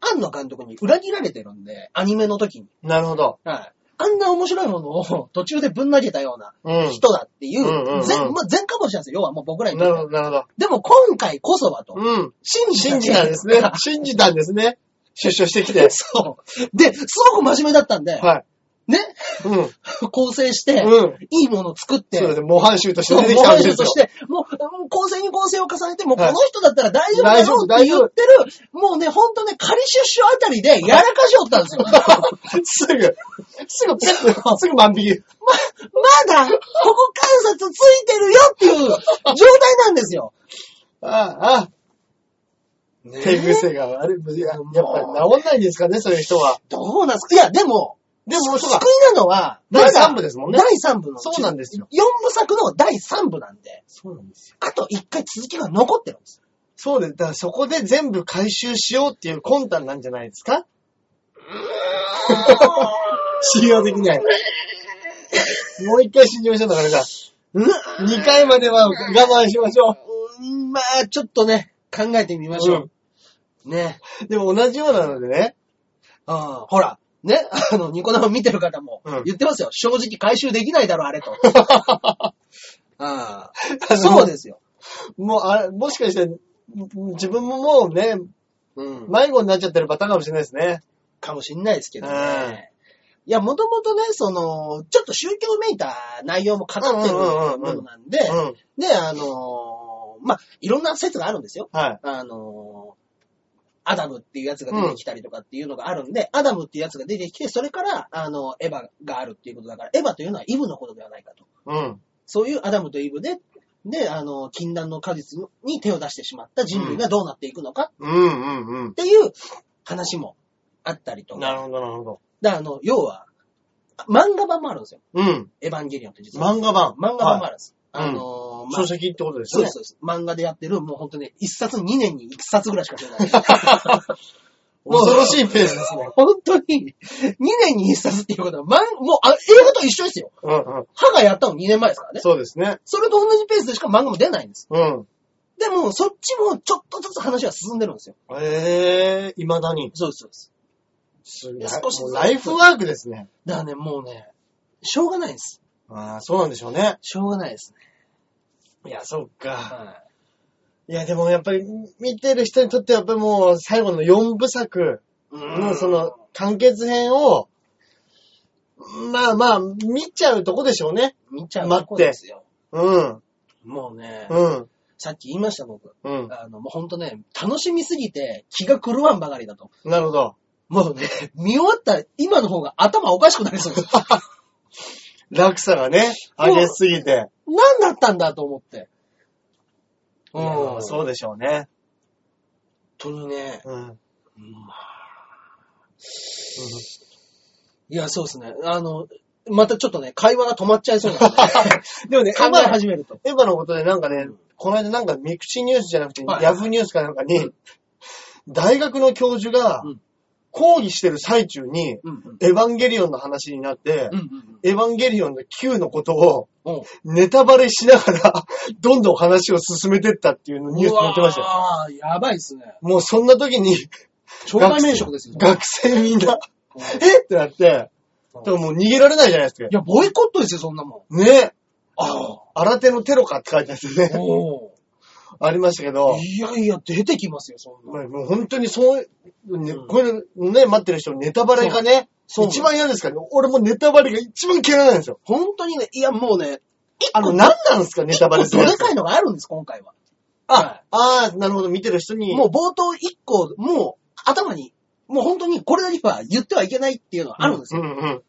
S1: 庵野監督に裏切られてるんで、アニメの時に。
S2: なるほど。
S1: はい。あんな面白いものを途中でぶん投げたような
S2: うん。
S1: 人だっていう、
S2: うんうんうん
S1: 全、まあ、全かもしれないですよ。要はもう僕らにと
S2: な
S1: っ
S2: る
S1: て
S2: ほど、な
S1: は。
S2: るほど。
S1: でも今回こそはと。
S2: うん。
S1: 信じた。。
S2: 信じたんですね <laughs> 信じたんですね。出所してきて
S1: そう。で、すごく真面目だったんで、
S2: はい。
S1: ね、
S2: うん。うん。
S1: 構成して、
S2: そう
S1: いいものを作って、
S2: ですね。模範集として
S1: そう、
S2: 出て
S1: 模
S2: きたんで
S1: 範
S2: す
S1: 集
S2: よ
S1: とし。て、 <laughs> もう、もう構成に構成を重ねて、もうこ
S2: はい
S1: の人だったら大丈夫だろうって
S2: 大丈
S1: 言
S2: 夫
S1: ってる、もうね、ほんとね、仮出所あたりでやらかしお <laughs> ったんですよ。
S2: <laughs> すぐ、すぐ、ペッとすぐ万引き。
S1: まだ、ここ観察ついてるよっていう状態なんですよ。
S2: ああ、
S1: ね
S2: 手癖が悪い。いややっぱり治んないんですかね、そういう人は。
S1: どうなんすかいや、でも、
S2: でも、そう
S1: 救い
S2: か。
S1: なのは、
S2: 第
S1: まだ
S2: 三部ですもんね
S1: 第3部の。
S2: そうなんですよ。
S1: 4部作の第3部なんで、
S2: そうなんですよ。
S1: あと1回続きが残ってるんですよ。
S2: そうです。だからそこで全部回収しようっていう魂胆なんじゃないですか信用できない。もう一回信用しちゃダメだ。二回までは我慢しましょ
S1: うん、まあ、ちょっとね、考えてみましょう。ね。
S2: う。でも同じようなのでね。
S1: ああ、ほら、ね、 <laughs> あの、ニコ生見てる方も
S2: うん
S1: 言ってますよ。正直回収できないだろ、
S2: <laughs>
S1: あれと。ああ
S2: の
S1: そうですよ。
S2: もう、あれ、もしかして、自分ももうね、
S1: うん。
S2: 迷子になっちゃってるパターンかもしれないですね。
S1: かもしんないですけどね。いや、もともとね、その、ちょっと宗教めいた内容も語ってるものなんで、
S2: うん。
S1: で、あのーまあ、いろんな説があるんですよ。
S2: はい。
S1: あのーアダムっていうやつが出てきたりとかっていうのがあるんで、アダムっていうやつが出てきて、それから、あの、エヴァがあるっていうことだから、エヴァというのはイブのことではないかと。
S2: うん。
S1: そういうアダムとイブで、で、あの、禁断の果実に手を出してしまった人類がどうなっていくのか
S2: うんうん
S1: っていう話もあったり
S2: う
S1: と
S2: ん。
S1: か。
S2: なるほど、なるほど。
S1: だからあの、要は、漫画版もあるんですよ。
S2: うん。
S1: エヴァンゲリオンって実は。
S2: 漫画版。
S1: 漫画版もあ
S2: は
S1: るんです。
S2: はい
S1: あのー
S2: い
S1: ま
S2: 書籍ってことです
S1: そう
S2: よ
S1: で
S2: ね
S1: す、。そうです。漫画でやってる、もう本当ね、一冊2年に一冊ぐらいしか出ない。
S2: <laughs>
S1: もう
S2: 恐ろしいペースですね。
S1: 本当に、2年に一冊っていうことは、まん、もう、あ映画と一緒ですよ。
S2: うんうん。
S1: 歯がやったの2年前ですからね。
S2: そうですね。
S1: それと同じペースでしか漫画も出ないんです。
S2: うん。
S1: でも、そっちもちょっとずつ話が進んでるんですよ。
S2: ええー、未だに。
S1: そうです、そうです。
S2: す
S1: いや少しずつ
S2: ライフワークですね。
S1: だからね、もうね、しょうがないです。
S2: ああ、そうなんでしょうね。
S1: しょうがないですね。
S2: いや、そっか。
S1: はい
S2: や、でもやっぱり、見てる人にとってはやっぱりもう、最後の4部作
S1: い。
S2: のその、完結編を、まあまあ、見ちゃうとこでしょうね。
S1: 見ちゃうとこですよ。
S2: うん。
S1: もうね、
S2: うん。
S1: さっき言いました、僕。
S2: うん。
S1: あの、もうほんとね、楽しみすぎて気が狂わんばかりだと。
S2: なるほど。
S1: もう <laughs> ね、見終わった今の方が頭おかしくなりそう <laughs> です。
S2: 落差がね、
S1: うん
S2: 上げすぎて。
S1: 何だったんだと思って。うん。
S2: いや
S1: 本
S2: そうでしょうね。
S1: 当にね。
S2: うん。
S1: いや、そうですね。あの、またちょっとね、会話が止まっちゃいそうなん <laughs> で、
S2: でもね、
S1: 考え始めると。
S2: エヴァのことでなんかね、
S1: うん
S2: この間なんかミクシーニュースじゃなくて、
S1: はい
S2: ヤフーニュースかなんかに、大学の教授が
S1: うん
S2: 講義してる最中に、
S1: うんうん。
S2: エヴァンゲリオンの話になって、
S1: うんうん
S2: エヴァンゲリオンの Q のことを
S1: うん。うん
S2: ネタバレしながら、 <laughs> どんどん話を進めてったっていうのニュース載ってましたよ。
S1: ああ、やばいっすね。
S2: もうそんな時に
S1: 障害免職ですよ。
S2: 学生みんな、
S1: うん
S2: えってなって、
S1: うん
S2: でももう逃げられないじゃないですか
S1: い。や、ボイコットですよ、そんなもん。
S2: ね
S1: ああ。
S2: 新手のテロかって書いてあってね、
S1: お
S2: ありましたけど
S1: ー。いやいや、出てきますよ、そんな。
S2: まあもう本当にそういう、ね
S1: うん
S2: これね、待ってる人、ネタバレがね、
S1: そうそう
S2: 一番嫌ですからね。俺もネタバレが一番嫌いなんですよ。
S1: 本当にね、いや、もうね、
S2: あの、何なんですか、ネ
S1: 一
S2: タ
S1: 個
S2: バレする
S1: ど
S2: や
S1: で
S2: つ。
S1: かいのがあるんです、今回は。
S2: あ、あーなるほど、見てる人に。
S1: もう冒頭一個、もう頭に、もう本当にこれだけは言ってはいけないっていうのはあるんですよ。
S2: うんうん。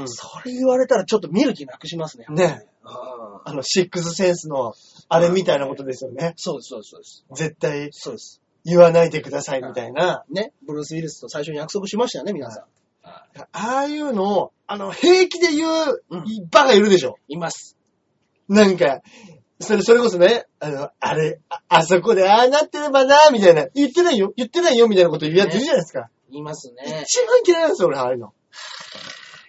S2: うん。
S1: それ言われたらちょっと見る気なくしますね。
S2: ね。
S1: うん
S2: あの、シックスセンスの、あれみたいなことですよね。
S1: そうです、そうです、そうです。
S2: 絶対
S1: そうです。
S2: 言わないでくださいみたいな。
S1: ね。ブルース・ウィルスと最初に約束しましたよね、皆さ
S2: ああいうのを、あの、平気で言う
S1: うん、
S2: バカいるでしょ。
S1: ん。います。
S2: なんか、それ、それこそね、あの、あれ、ああそこでああなってればな、みたいな、言ってないよ、言ってないよ、みたいなこと言うやついるじゃないですか。
S1: いますね。
S2: 一番嫌いなんですよ、俺、ああいうの。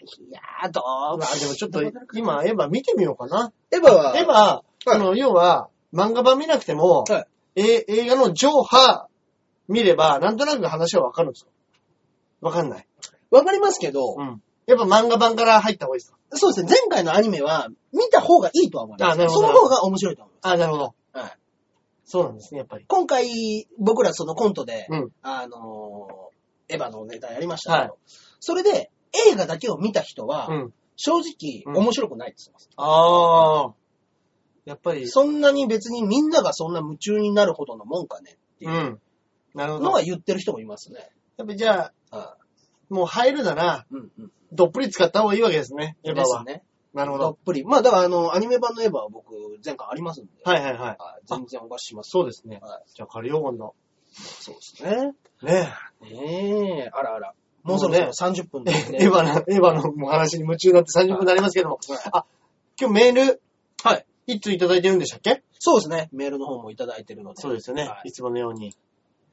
S1: いやー、ど
S2: あ
S1: う
S2: でもちょっと、今、エヴァ見てみようかな。
S1: エヴァは、
S2: エヴァ、あの、要は、漫画版見なくても、
S1: は
S2: え映画の上波見れば、なんとなく話はわかるんですよ。わかんない。
S1: わかりますけど、
S2: ん。やっぱ漫画版から入った方がいいですか
S1: そうですね、前回のアニメは見た方がいいとは思います。
S2: あなるほど
S1: その方が面白いと思いま
S2: あ、なるほど。
S1: す。はい。
S2: そうなんですね、やっぱり。
S1: 今回、僕らそのコントで、
S2: うん
S1: あのーエヴァのネタやりましたけ
S2: は
S1: ど、
S2: い
S1: それで映画だけを見た人は、
S2: ん。
S1: 正直
S2: うん
S1: 面白くないです、
S2: ああ。やっぱり、
S1: そんなに別にみんながそんな夢中になるほどのもんかねっていう
S2: うん。なるほど
S1: の。は言ってる人もいますね。
S2: やっぱりじゃあ、
S1: あ
S2: もう入るなら、
S1: うんうん。
S2: どっぷり使った方がいいわけですね、エヴァ
S1: です
S2: は。
S1: ね。
S2: なるほ
S1: どっ
S2: ど。
S1: ぷり。まあだからあの、アニメ版のエヴァは僕前回ありますんで、
S2: はいはいはい。
S1: はい全然お貸しします。
S2: そうですね。
S1: はい
S2: じゃあ借りよう、今度。
S1: そうですね。
S2: ね
S1: ねえ、あらあら。もうそろそろ30分です
S2: え。 <laughs>
S1: ね。
S2: エヴァの、エヴァのお話に夢中になって30分になりますけども。
S1: はい
S2: あ、今日メール、
S1: はい。
S2: 一通いただいてるんでしたっけ
S1: そうですね。メールの方もいただいてるので。
S2: そうですよね
S1: は。い
S2: いつものように。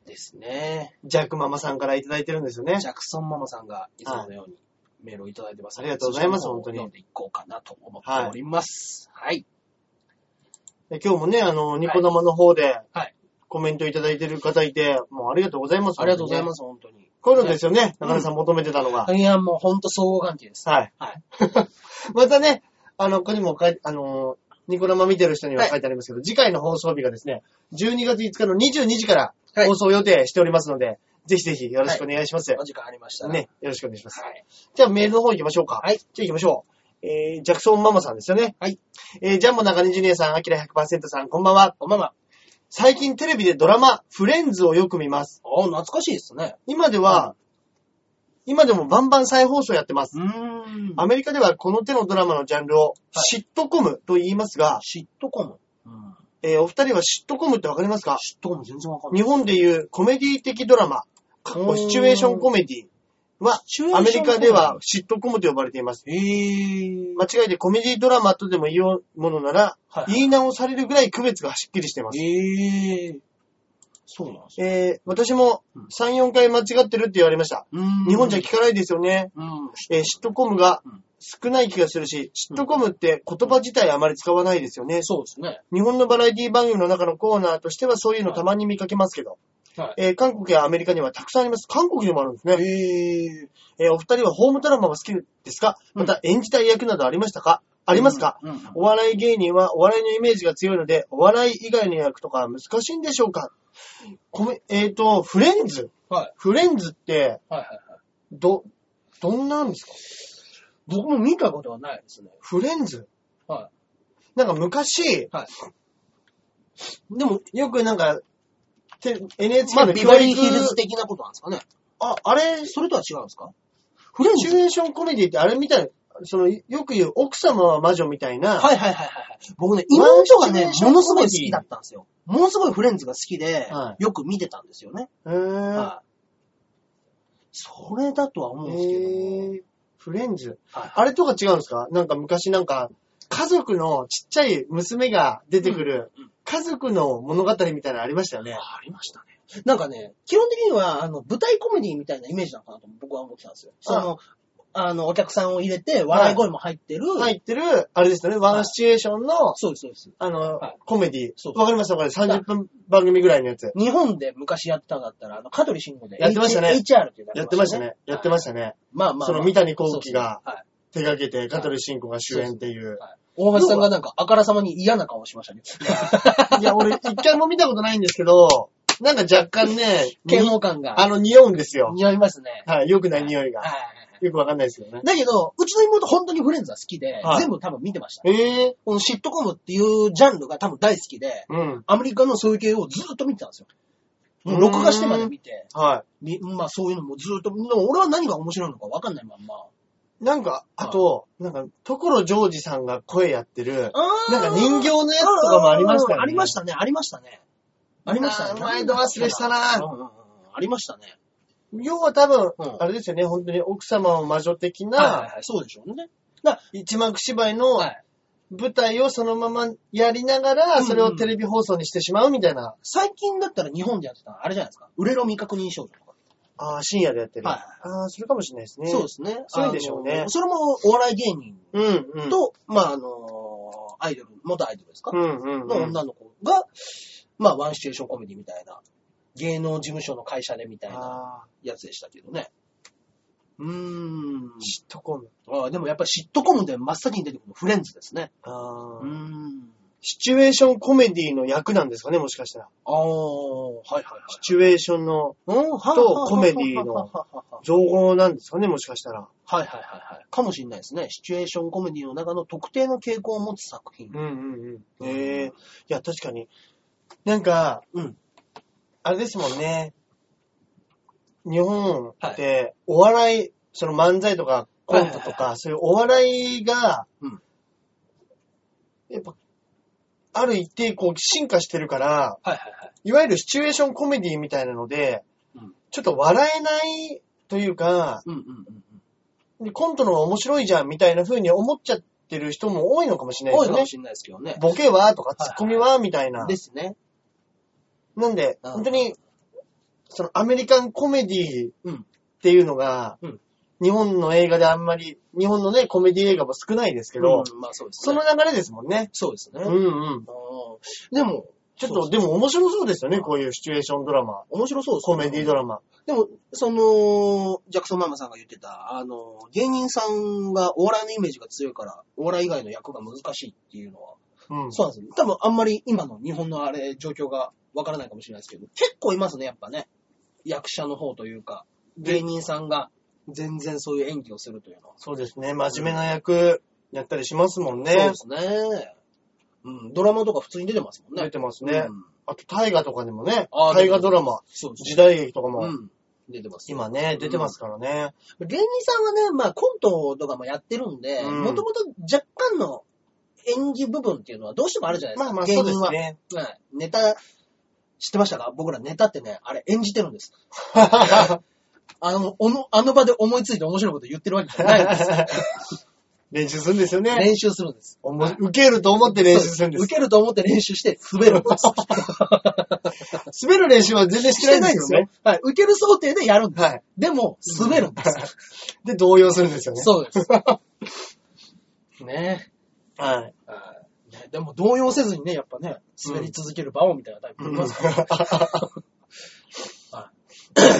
S1: ですね。
S2: ジャックママさんからいただいてるんですよね
S1: ジ。ャクソンママさんがいつものようにメールをいただいてます。
S2: ありがとうございます
S1: そちらの方
S2: 本
S1: を
S2: 当に
S1: 読んでいこうかなと思っております。はい。
S2: で今日もね、あの、ニコ生の方で、
S1: はい
S2: コメントいただいてる方いて、もうありがとうございます。
S1: ありがとうござい
S2: す。
S1: ます、本当に。
S2: こういうのですよね、
S1: うん
S2: 中根さん求めてたのが。
S1: いや、もう本当相互関係です。
S2: はい。 <laughs>
S1: はい。
S2: またね、あの、ここにも書いあの、ニコ生見てる人には
S1: はい
S2: 書いてありますけど、次回の放送日がですね、12月5日の22時から
S1: はい
S2: 放送予定しておりますので、ぜひぜひよろしくお願いします。
S1: お時間ありましたら。
S2: ね、よろしくお願いします。
S1: はい。
S2: じゃあメールの方行きましょうか。
S1: はい。
S2: じゃあ行きましょう。えー、ジャクソンママさんですよね。
S1: はい。
S2: えー、ジャンボ中根ジュニアさん、アキラ100%さん、こんばんは。
S1: おまま。
S2: 最近テレビでドラマ、フレンズをよく見ます。
S1: ああ、懐かしいですね。
S2: 今では、今でもバンバン再放送やってます。
S1: うーん。
S2: アメリカではこの手のドラマのジャンルをシットコムと言いますが、
S1: シットコム。うん。
S2: えーお二人はシットコムってわかりますか
S1: シットコム全然わかんない。
S2: 日本でいうコメディ的ドラマ、かっこシチュエーションコメディは、
S1: シチュエーショ
S2: アメ
S1: ンコメディ
S2: リカではシットコムと呼ばれています。
S1: えー。
S2: 間違いでコメディドラマとでも言うものなら、
S1: はい
S2: 言い直されるぐらい区別がしっきりしてます。
S1: ええー。そうなんですよ。
S2: えー私も
S1: うん
S2: 3、4回間違ってるって言われました。日本じゃ聞かないですよね。
S1: うん。
S2: えーシットコムが
S1: うん
S2: 少ない気がするし、シットコムって言葉自体あまり使わないですよね。
S1: そうですね。
S2: 日本のバラエティ番組の中のコーナーとしてはそういうのたまに見かけますけど、
S1: は
S2: えー韓国やアメリカにはたくさんあります。韓国にもあるんですね。
S1: い。えー。
S2: えーお二人はホームドラマは好きですか
S1: う
S2: ま
S1: ん
S2: た演じたい役などありましたかありますか、
S1: うんうん
S2: お笑い芸人はお笑いのイメージが強いので、お笑い以外の役とかは難しいんでしょうかこめえっ、と、フレンズ。
S1: はい。
S2: フレンズって、
S1: はいはいはい。
S2: ど、どんなんですか
S1: 僕も見たことはないですね。
S2: フレンズ
S1: は
S2: なんか昔、
S1: い。はい。
S2: でもよくなんか、て NHK
S1: まあ、
S2: の
S1: ビバリーヒ
S2: 教育
S1: ルズ的なことなんですかね。
S2: あ、あれ、
S1: それとは違うんですか
S2: フレンズシチュエーションコメディってあれみたいな、その、よく言う奥様は魔女みたいな、
S1: はいはいはいはいはい。僕ね、妹が
S2: ワ
S1: ね
S2: ンシチュエー、ション
S1: ものすごい好きだったんですよ。ものすごいフレンズが好きで、
S2: は
S1: よく見てたんですよね。
S2: へー
S1: はいそれだとは思うんですけども。
S2: へーフレンズ。
S1: はい
S2: あれとか違うんですかなんか昔なんか、家族のちっちゃい娘が出てくる
S1: うんうん、
S2: 家族の物語みたいなのありましたよね。
S1: ありましたね。なんかね、基本的には、あの、舞台コメディみたいなイメージなのかなと僕は思ってたんですよ。その、あの、お客さんを入れて、笑い声も入ってる。
S2: 入ってる、あれですよね、ワンシチュエーションの、
S1: そうです、そうです。
S2: あの
S1: はい、
S2: コメデ
S1: そう
S2: ィ。わかりました、これ30分番組ぐらいのやつ。
S1: 日本で昔やってたんだったら、あの、香取慎吾で。
S2: やってましたね
S1: H- HR っていうの
S2: やってましたね。やってま
S1: し
S2: したね。
S1: た。まあまあまあ。
S2: その三谷幸喜が
S1: そうそうはい
S2: 手掛けて、香取慎吾が主演っていう。
S1: はい大橋さんがなんか、あからさまに嫌な顔しましたね。
S2: いや、俺一回も見たことないんですけど、なんか若干ね、
S1: <laughs> 嫌悪感が
S2: あの、匂うんですよ。
S1: 匂いますね。
S2: はい、良くない匂い
S1: は
S2: が。
S1: い
S2: よくわかんないですけどね。
S1: だけど、うちの妹本当にフレンズは好きで、
S2: はい
S1: 全部多分見てました。
S2: ええ
S1: このシットコムっていうジャンルが多分大好きで、
S2: うん。
S1: アメリカのそういう系をずっと見てたんですよ。
S2: うーん
S1: 録画してまで見て、
S2: は
S1: みまあそういうのもずっと、でも俺は何が面白いのかわかんないまんま。
S2: い。なんか、あと、なんか、所ジョージさんが声やってる、
S1: あ
S2: なんか人形のやつとかもありましたよね。
S1: ありましたね、ありましたね。ありました
S2: あー
S1: ね。
S2: 前度忘れしたな
S1: うんうんうんうんありましたね。
S2: 要は多分、
S1: うん
S2: あれですよね、本当に奥様を魔女的
S1: はいはい
S2: な、
S1: はい、そうでしょうね。
S2: 一幕芝居の
S1: はい
S2: 舞台をそのままやりながら、
S1: うん
S2: それをテレビ放送にしてしまうみたいな、
S1: 最近だったら日本でやってたのあれじゃないですか。売れろ未確認症状とか。
S2: ああ、深夜でやってる。
S1: はい
S2: ああ、それかもしれないですね。
S1: そうですね。
S2: そうでしょうね
S1: あのそれもお笑い芸人
S2: うん、うん。
S1: と、まあ、あのー、アイドル、元アイドルですか、
S2: うん、うん、
S1: の
S2: うん。
S1: 女の子が、まあ、ワンシチュエーションコメディみたいな、芸能事務所の会社でみたいな
S2: ああ、
S1: やつでしたけどね。うーん。
S2: シットコム。
S1: あーでもやっぱりシットコムで真っ先に出てくるのフレンズですね。
S2: あ
S1: う
S2: あ、
S1: ん。
S2: シチュエーションコメディの役なんですかね、もしかしたら。
S1: ああ、はいはいはい。
S2: シチュエーションの
S1: うん、は
S2: とコメディ
S1: <laughs>
S2: の
S1: はい
S2: 造語なんですかね、もしかしたら。
S1: はいはいはい。かもしれないですね。シチュエーションコメディの中の特定の傾向を持つ作品。
S2: うんうん
S1: うん
S2: ええいや、確かに。なんか、
S1: うん
S2: あれですもんね。日本って、お笑い、その漫才とかコント
S1: はい
S2: と
S1: はい
S2: か、そういうお笑いが、
S1: うん
S2: やっぱ、ある一定こう進化してるから、
S1: はいはいはい。
S2: いわゆるシチュエーションコメディみたいなので、
S1: うん
S2: ちょっと笑えないというか、
S1: うんうんうんうん。
S2: コントの方が面白いじゃんみたいな風に思っちゃってる人も多いのかもしれない
S1: 多
S2: です
S1: いか
S2: よ
S1: も
S2: ね。
S1: しれないですけどね。
S2: ボケはとかツッコミはみたいな。
S1: ですね。
S2: なんで、
S1: うん
S2: 本当に、そのアメリカンコメデ
S1: う
S2: ィっ
S1: ん
S2: ていうのが、
S1: うん
S2: 日本の映画であんまり、日本のね、コメディ映画も少ないですけど、
S1: うんまあそうです
S2: そ
S1: ね、
S2: の流れですもんね。
S1: そうですね。
S2: うん
S1: あ
S2: うん。
S1: ーでも、
S2: ちょっ
S1: そ
S2: と、
S1: う
S2: でも面白そうですよね、こういうシチュエーションドラマ。
S1: 面白そうです
S2: コメディドラマ。
S1: でも、その、ジャクソンママさんが言ってた、あの、芸人さんがお笑いのイメージが強いから、お笑い以外の役が難しいっていうのは、
S2: うん。
S1: そうなんですよ。多分あんまり今の日本のあれ、状況がわからないかもしれないですけど、結構いますね、やっぱね。役者の方というか、芸人さんが全然そういう演技をするというのは。
S2: そうですね、真面目な役やったりしますもんね。
S1: そうですね。うん、ドラマとか普通に出てますもんね。
S2: 出てますね
S1: うん
S2: あと、大河とかでもね
S1: あ、ー
S2: 大河ドラマ、
S1: そうですね
S2: 時代劇とかも、
S1: うん。出てます。
S2: 今ね、出てますからね。
S1: 芸人さんはね、まあコントとかもやってるんで、
S2: うん
S1: もともと若干の演技部分っていうのはどうしてもあるじゃないです
S2: ま
S1: か。
S2: あまあ、
S1: 芸
S2: そうで
S1: 人
S2: す
S1: は。
S2: ね。
S1: はいネタ、知ってましたか僕らネタってね、あれ演じてるんです。あの、おのあの場で思いついて面白いこと言ってるわけじゃない
S2: <laughs>
S1: んです。
S2: 練習するんですよね。
S1: 練習するんです。
S2: おも受けると思って練習するんで
S1: 受けると思って練習して滑るんです。
S2: す。滑る練習は全 <laughs> 然し
S1: してて
S2: な
S1: ないい
S2: ん
S1: ん
S2: で
S1: ですす
S2: よね
S1: よ。。はい。受ける想定でやるんです。
S2: はい。
S1: でも、滑るんです。
S2: で、動揺するんですよね。
S1: そ
S2: <laughs>
S1: うです。ね
S2: はい。
S1: えはいねでも動揺せずにね、やっぱね、滑り続ける場をみたいなタイ
S2: <laughs>
S1: プいますから。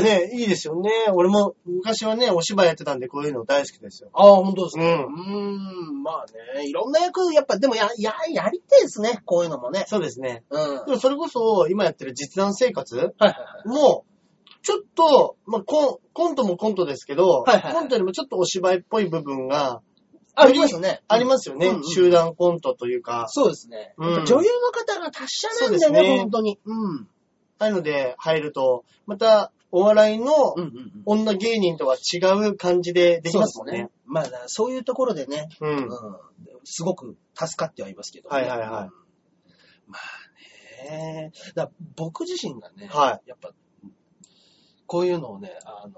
S2: ね、いいですよね。俺も昔はね、お芝居やってたんで、こういうの大好きですよ。
S1: ああ、本当ですね。
S2: う
S1: うんーん、まあね、いろんな役、やっぱ、でもや、や、やりたいですね、こういうのもね。
S2: そうですね。
S1: うん。はい
S2: でもそれこそ、今やってる実弾生活
S1: はいはい。
S2: も、ちょっと、まあ、コン、コントもコントですけど、
S1: はいはい
S2: コントよりもちょっとお芝居っぽい部分が
S1: ありますよね。
S2: ありますよね。
S1: うんうん
S2: 集団コントというか、
S1: そうですね。
S2: うん
S1: やっぱ女優の方が達者なんで
S2: そうです
S1: ね、
S2: ね
S1: 本当に。うん。
S2: ああいうので入ると、また、お笑いの
S1: うんうんうん。
S2: 女芸人とは違う感じでできますもんね。。
S1: まあな、そういうところでね、
S2: う。
S1: うんすごく助かってはいますけど、
S2: はいはいはい
S1: うんまあね、だから僕自身がね、
S2: は
S1: やっぱ、こういうのをね、あの、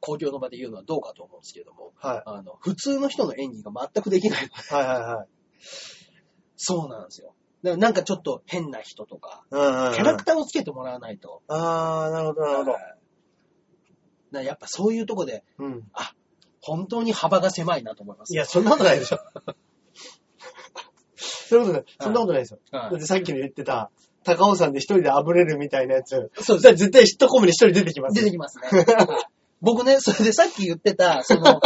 S1: 公共の場で言うのはどうかと思うんですけども、
S2: はい。
S1: あの、普通の人の演技が全くできない。
S2: はいはいはい。
S1: そうなんですよ。だからなんかちょっと変な人とか、
S2: うんうんうん
S1: キャラクターをつけてもらわないと。
S2: ああ、なるほど、なるほ
S1: だ
S2: ど
S1: か。らやっぱそういうとこで、
S2: うん。
S1: 本当に幅が狭いなと思います。
S2: いや、そんなことないでしょ。 <laughs> そんなことない。そんなことないですよ。
S1: はい
S2: だってさっきの言ってた、高尾山で一人で炙れるみたいなやつ。
S1: そう
S2: そしたら絶対一コムに一人出てきます
S1: 出
S2: よ。
S1: てきますね。 <laughs> 僕ね、それでさっき言ってた、そ
S2: <laughs>
S1: の、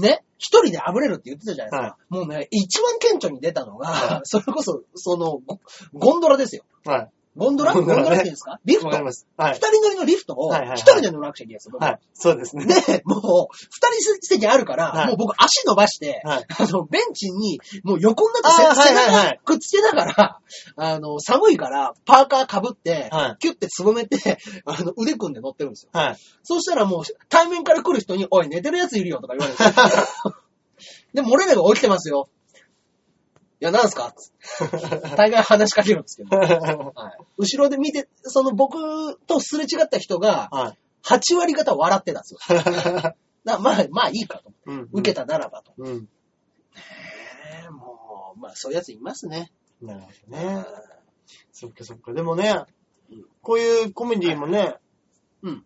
S1: ね、一人で炙れるって言ってたじゃないですか。
S2: は
S1: もうね、一番顕著に出たの
S2: は
S1: が、 <laughs> それこそ、その、ゴゴンドラですよ。
S2: はい。
S1: ゴンドラ
S2: ゴン
S1: ゴン
S2: ド
S1: ド
S2: ラね
S1: ラっていうんですかリフト
S2: わかります。は
S1: 二
S2: い。
S1: 人乗りのリフトを
S2: はいはいはい
S1: 一人で乗らなくちゃいけないんですよ。僕
S2: はい。そうですね。
S1: で、もう、二人席あるから、
S2: はい
S1: もう僕足伸ばして、
S2: はい
S1: あの、ベンチに、もう横になって
S2: あー
S1: せ背中、
S2: はいはいはい
S1: くっつけながら、あの、寒いから、パーカー被って、
S2: はい
S1: キュッてつぼめて、あの、腕組んで乗ってるんですよ。 <laughs>
S2: はい。
S1: そうしたらもう、対面から来る人に、おい、寝てるやついるよとか言われて。
S2: <laughs>
S1: でも、俺らが起きてますよ。いや、なんすかつって大概話しかけるんですけど。はい後ろで見て、その僕とすれ違った人が、
S2: はい。
S1: 8割方笑ってたんですよ。だからまあ、まあいいかと。
S2: うん
S1: 受け。たならばと。
S2: うん。
S1: へえもう、まあそういうやついますね。
S2: なるほど
S1: うん
S2: ね。そっかそっか。でもね、こういうコメディもね、
S1: うん。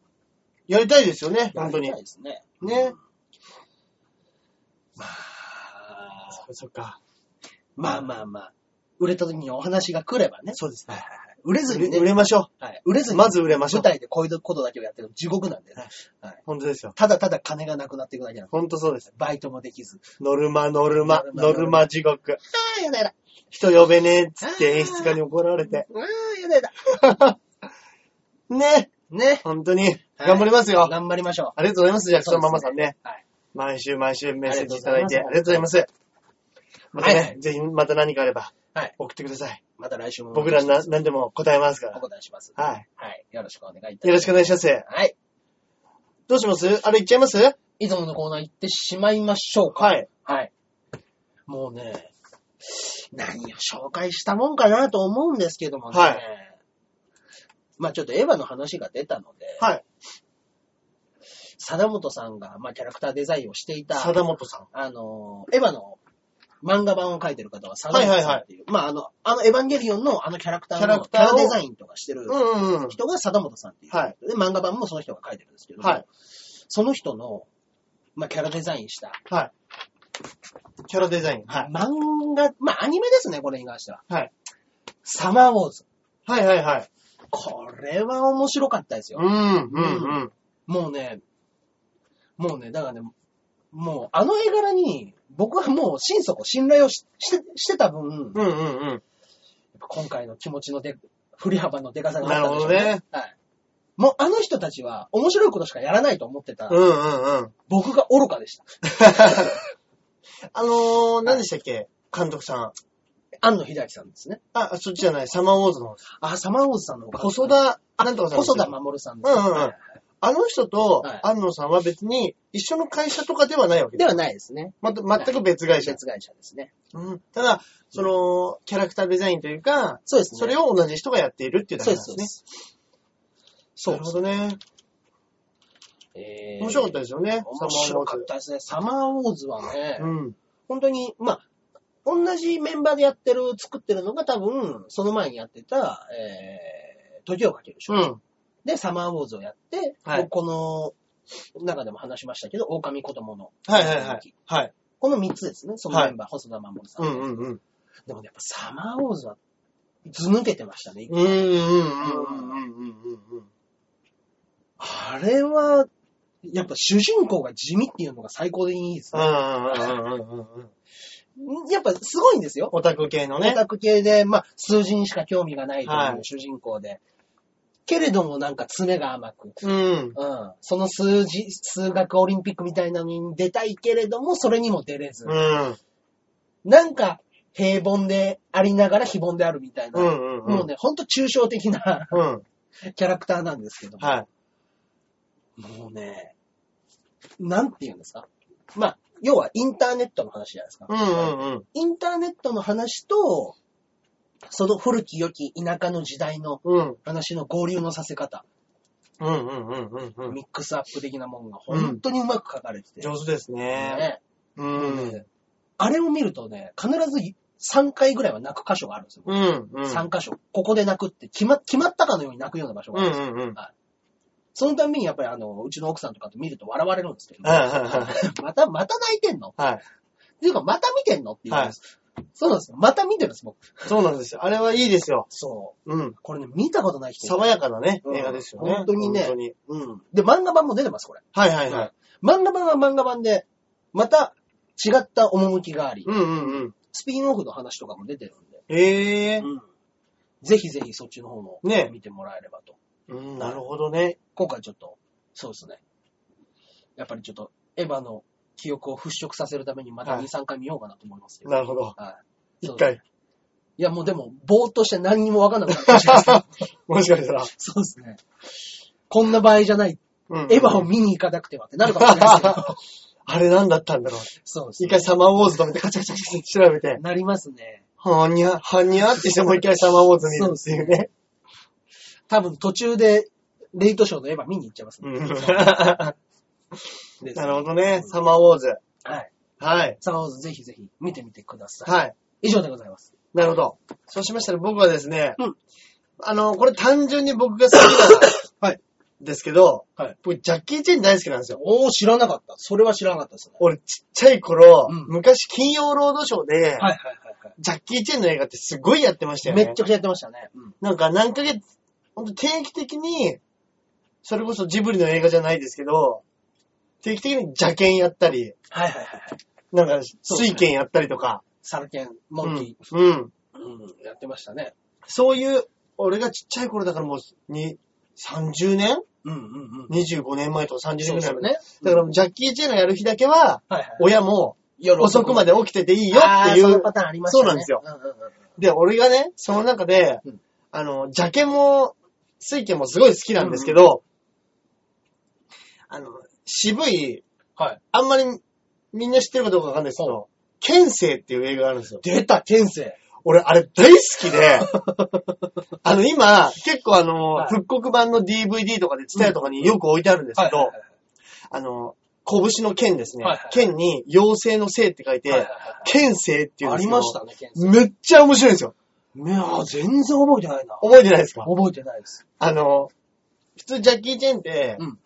S2: やりたいですよね、本当に
S1: やりた。いですね。
S2: ね。
S1: まあ、
S2: そっかそっか。
S1: まあまあまあ、売れた時にお話が来ればね。
S2: そうですね。
S1: 売れず
S2: 売
S1: に
S2: れ
S1: ね
S2: 売。れましょ
S1: はい、売れず
S2: う。
S1: に、
S2: まず売れましょ
S1: 舞
S2: う。
S1: 台でこういうことだけをやってるの地獄なんでね。はい、
S2: 本当ですよ。
S1: ただただ金がなくなっていくだけなんで、
S2: 本当そうです。
S1: バイトもできず。
S2: ノルマ、ノルマ、ノ
S1: ノルマ
S2: ルマ地獄。
S1: ああ、やだやだ。
S2: 人呼べねえっつって演出家に怒られ <laughs> て。
S1: ああ、やだやだ。
S2: ね。
S1: ね。
S2: 本当に。頑張りますよ。あ
S1: 頑張りましょう。
S2: りがとうございます。じゃあ、
S1: そ
S2: その
S1: うですね
S2: ママさんね。
S1: はい
S2: 毎週毎週メッセージいただいて、あ
S1: あ
S2: り
S1: り
S2: がと
S1: が
S2: うございます。また
S1: はいは
S2: ね、
S1: い
S2: ぜひまた何かあれば
S1: はい、
S2: 送ってください。
S1: また来週も。
S2: 僕らな何でも答えますから
S1: お。答えします。
S2: は
S1: はい。よろしくお願いいたしま
S2: い。
S1: す。
S2: よろしくお願いします。
S1: はい。
S2: どうしますあれいっちゃいます
S1: いつものコーナー行ってしまいましょうか。
S2: は。い。
S1: はい。もうね、何を紹介したもんかなと思うんですけどもね。
S2: はい
S1: まあちょっとエヴァの話が出たので、
S2: はい。
S1: 貞本さんが、まあ、キャラクターデザインをしていた、
S2: 貞本さん。
S1: あの、エヴァの漫画版を描いてる方は貞
S2: はい
S1: 本
S2: はい
S1: さ
S2: は
S1: んっていう、まああの、あのエヴァンゲリオンのあのキャラクター
S2: キャラ
S1: の
S2: ク
S1: キ
S2: ターを
S1: ャラデザインとかしてる
S2: うんうんうん。
S1: 人が貞本さんっていう、
S2: はい
S1: で、漫画版もその人が描いてるんですけども、
S2: はい
S1: その人の、まあ、キャラデザインした
S2: はい。キャラデザイン。はい。
S1: 漫画、まあアニメですね、これに関しては。
S2: はい。
S1: サマーウォーズ。
S2: はいはいはい。
S1: これは面白かったですよ。
S2: うんうんうん。
S1: もうね、もうね、だからね、もうあの絵柄に僕はもう心底信頼をししてしてた分、やっ
S2: うんうんうん。
S1: ぱ今回の気持ちので、振り幅のでかさがあったんでしょう
S2: なる
S1: ね。
S2: ほ
S1: はい。もうあの人たちは面白いことしかやらないと思ってた、
S2: うんうん <laughs> うん。
S1: 僕が愚かでした。
S2: あのー、何でしたっけ監督さん。
S1: 安野秀明さんですね。
S2: あ、そっちじゃない、サマーウォーズの。
S1: あ、サマーウォーズさんのお母さん
S2: 細田、なんとかさん。
S1: 細田。守さん
S2: うんうんうん
S1: はい
S2: あの人と
S1: はい
S2: 安野さんは別に一緒の会社とかではないわけ
S1: で
S2: です。
S1: はないですね。
S2: また、全く別会社。
S1: 別会社ですね。
S2: うん。ただ、その、キャラクターデザインというか、
S1: そうですね。
S2: それを同じ人がやっているっていうだ
S1: そ
S2: け
S1: う
S2: な
S1: で、
S2: んですす
S1: そう
S2: ね
S1: で。す。そう
S2: な
S1: で
S2: るほ。ど
S1: す
S2: ね。
S1: えー
S2: 面白かったですよね。
S1: 面白かったですね。サマーウォーズはね、
S2: うん。
S1: 本当に、まあ、同じメンバーでやってる、作ってるのが多分、その前にやってた、えー、時をかける少
S2: う
S1: 女、
S2: ん。
S1: で、サマーウォーズをやって、
S2: はい
S1: この中でも話しましたけど、狼子供の、
S2: はいはいはい。はい。
S1: この3つですね、そのメンバー、細田守さん
S2: う。んうんうん。
S1: でもねやっぱサマーウォーズは、ず抜けてましたね。
S2: うんうんうんうんうんうんうん。
S1: あれは、やっぱ主人公が地味っていうのが最高でいいです
S2: う
S1: ね。
S2: んうんうんうんうんうん。
S1: やっぱすごいんですよ。
S2: オタク系の
S1: オ
S2: ね。
S1: タク系で、まあ、数字にしか興味がないと
S2: は
S1: い
S2: い
S1: う主人公で。けれどもなんか爪が甘く。
S2: うん。
S1: うん。その数字、数学オリンピックみたいなのに出たいけれども、それにも出れず。
S2: うん。
S1: なんか、平凡でありながら非凡であるみたいな。
S2: うんうんうん
S1: もうね、ほんと抽象的な <laughs>
S2: うん。
S1: キャラクターなんですけども。
S2: はい。
S1: もうね、なんて言うんですかまあ、要はインターネットの話じゃないですか。
S2: うんうんうん。
S1: インターネットの話と、その古き良き田舎の時代の
S2: うん。
S1: 話の合流のさせ方、
S2: うんうんうんうんうん。
S1: ミックスアップ的なものが本当にうまく書かれてて、
S2: 上手ですね。
S1: ね
S2: う
S1: ね
S2: ん。
S1: あれを見るとね、必ず3回ぐらいは泣く箇所があるんですよ。
S2: うん。うん。
S1: 3箇所。ここで泣くって決ま決まったかのように泣くような場所が
S2: う
S1: あ
S2: ん
S1: るん
S2: う
S1: ですよ。
S2: んうん。
S1: そのたんびにやっぱりあの、うちの奥さんとかと見ると笑われるんです
S2: <laughs>
S1: けど、
S2: は
S1: また、また泣いてんの
S2: い。はい。
S1: っていうか、また見てんのって言うんです。そうなんですよ。また見てるんです、僕。
S2: そうなんですよ。あれはいいですよ。
S1: そう。
S2: うん。
S1: これね、見たことない人いる
S2: 爽やかなね、
S1: うん
S2: 映画ですよね。
S1: 本当にね
S2: 本当に。
S1: うん。で、漫画版も出てます、これ。
S2: はいはいはい。
S1: 漫画版は漫画版で、また違った趣があり、
S2: うんうんうん。
S1: スピンオフの話とかも出てるんで、
S2: ええ
S1: うん。ぜひぜひそっちの方も
S2: ね
S1: 見てもらえればと。
S2: うん、なるほどね。
S1: 今回ちょっと、そうですね。やっぱりちょっと、エヴァの記憶を払拭させるためにまた2、
S2: はい
S1: 3回見ようかなと思いますけど。
S2: なるほど。
S1: は
S2: 一
S1: い。そうですね。
S2: 回。
S1: いや、もうでも、ぼーっとして何にもわかんなくなってました。
S2: もしかしたら。 <laughs>
S1: そうですね。こんな場合じゃない。
S2: うん
S1: エヴァを見に行かなくてはってなるかもしれないですけ
S2: <laughs>
S1: ど。
S2: あれ何だったんだろう。
S1: そうです
S2: 一
S1: ね
S2: 回。サマーウォーズとめてカチャカチャカチャ調べて、
S1: なりますね。
S2: はにゃ、はにゃってしてもう一回サマーウォーズ見るっていうね。
S1: 多分途中で、レイトショーのエヴァ見に行っちゃいます
S2: う
S1: ね。
S2: ん
S1: で
S2: <laughs>
S1: す
S2: なるほどね。サマーウォーズ。
S1: はい。
S2: はい。
S1: サマーウォーズぜひぜひ見てみてください。
S2: はい。
S1: 以上でございます。
S2: なるほど。そうしましたら僕はですね、
S1: うん
S2: あの、これ単純に僕が好きな、
S1: <coughs> はい
S2: ですけど、
S1: はい
S2: 僕ジャッキー・チェン大好きなんですよ。
S1: おー、知らなかった。それは知らなかったですね。
S2: 俺ちっちゃい頃、
S1: うん
S2: 昔金曜ロードショーで、
S1: はいはいはい
S2: ジャッキー・チェンの映画ってすごいやってましたよ
S1: はい。
S2: ね。
S1: めっちゃくちゃやってましたね。うん。
S2: なんか何ヶ月、ほんと定期的に、それこそジブリの映画じゃないですけど、定期的に邪剣やったり、
S1: はいはいはいはい。
S2: なんか
S1: そうですね
S2: 水剣やったりとか、
S1: サルケン、モンキ
S2: うんうん。
S1: ー、うん、やってましたね。
S2: そういう、俺がちっちゃい頃だからもう、に30年
S1: うんうんうん。
S2: 25年前とか30年
S1: そう
S2: ぐ
S1: で
S2: ら
S1: す
S2: い前。だ
S1: ね。
S2: からもうジャッキー・チェンのやる日だけは、
S1: はいはい。
S2: 親も
S1: 夜
S2: 遅くま
S1: で
S2: で起きてていいよってい
S1: その
S2: う。
S1: パターンありました
S2: そ
S1: ね。
S2: うなんですよ
S1: うんうんうん。
S2: で、俺がね、その中で
S1: うん、
S2: あの、ジャケも、水拳もすごい好きなんですけど、あの、渋い、
S1: はい。
S2: あんまりみんな知ってるかどうかわかんないですけど、剣聖っていう映画があるんですよ。
S1: 出た、天性。
S2: 俺、あれ大好き
S1: <laughs>
S2: で、あの、今、結構あの、
S1: はい
S2: 復刻版の DVD とかで、ツタヤとかによく置いてあるんですけど、
S1: はいはいはい
S2: あの、拳の剣ですね。
S1: はいはい
S2: 剣に、妖精の精って書いて、
S1: はいはいはい
S2: 剣聖っていうん
S1: あ
S2: です
S1: り
S2: けど
S1: ましたね、検査。
S2: めっちゃ面白いんですよ。
S1: いやー全然覚えてないな。
S2: 覚えてないですか
S1: 覚えてないです。
S2: あの、普通ジャッキー・チェンって、
S1: うん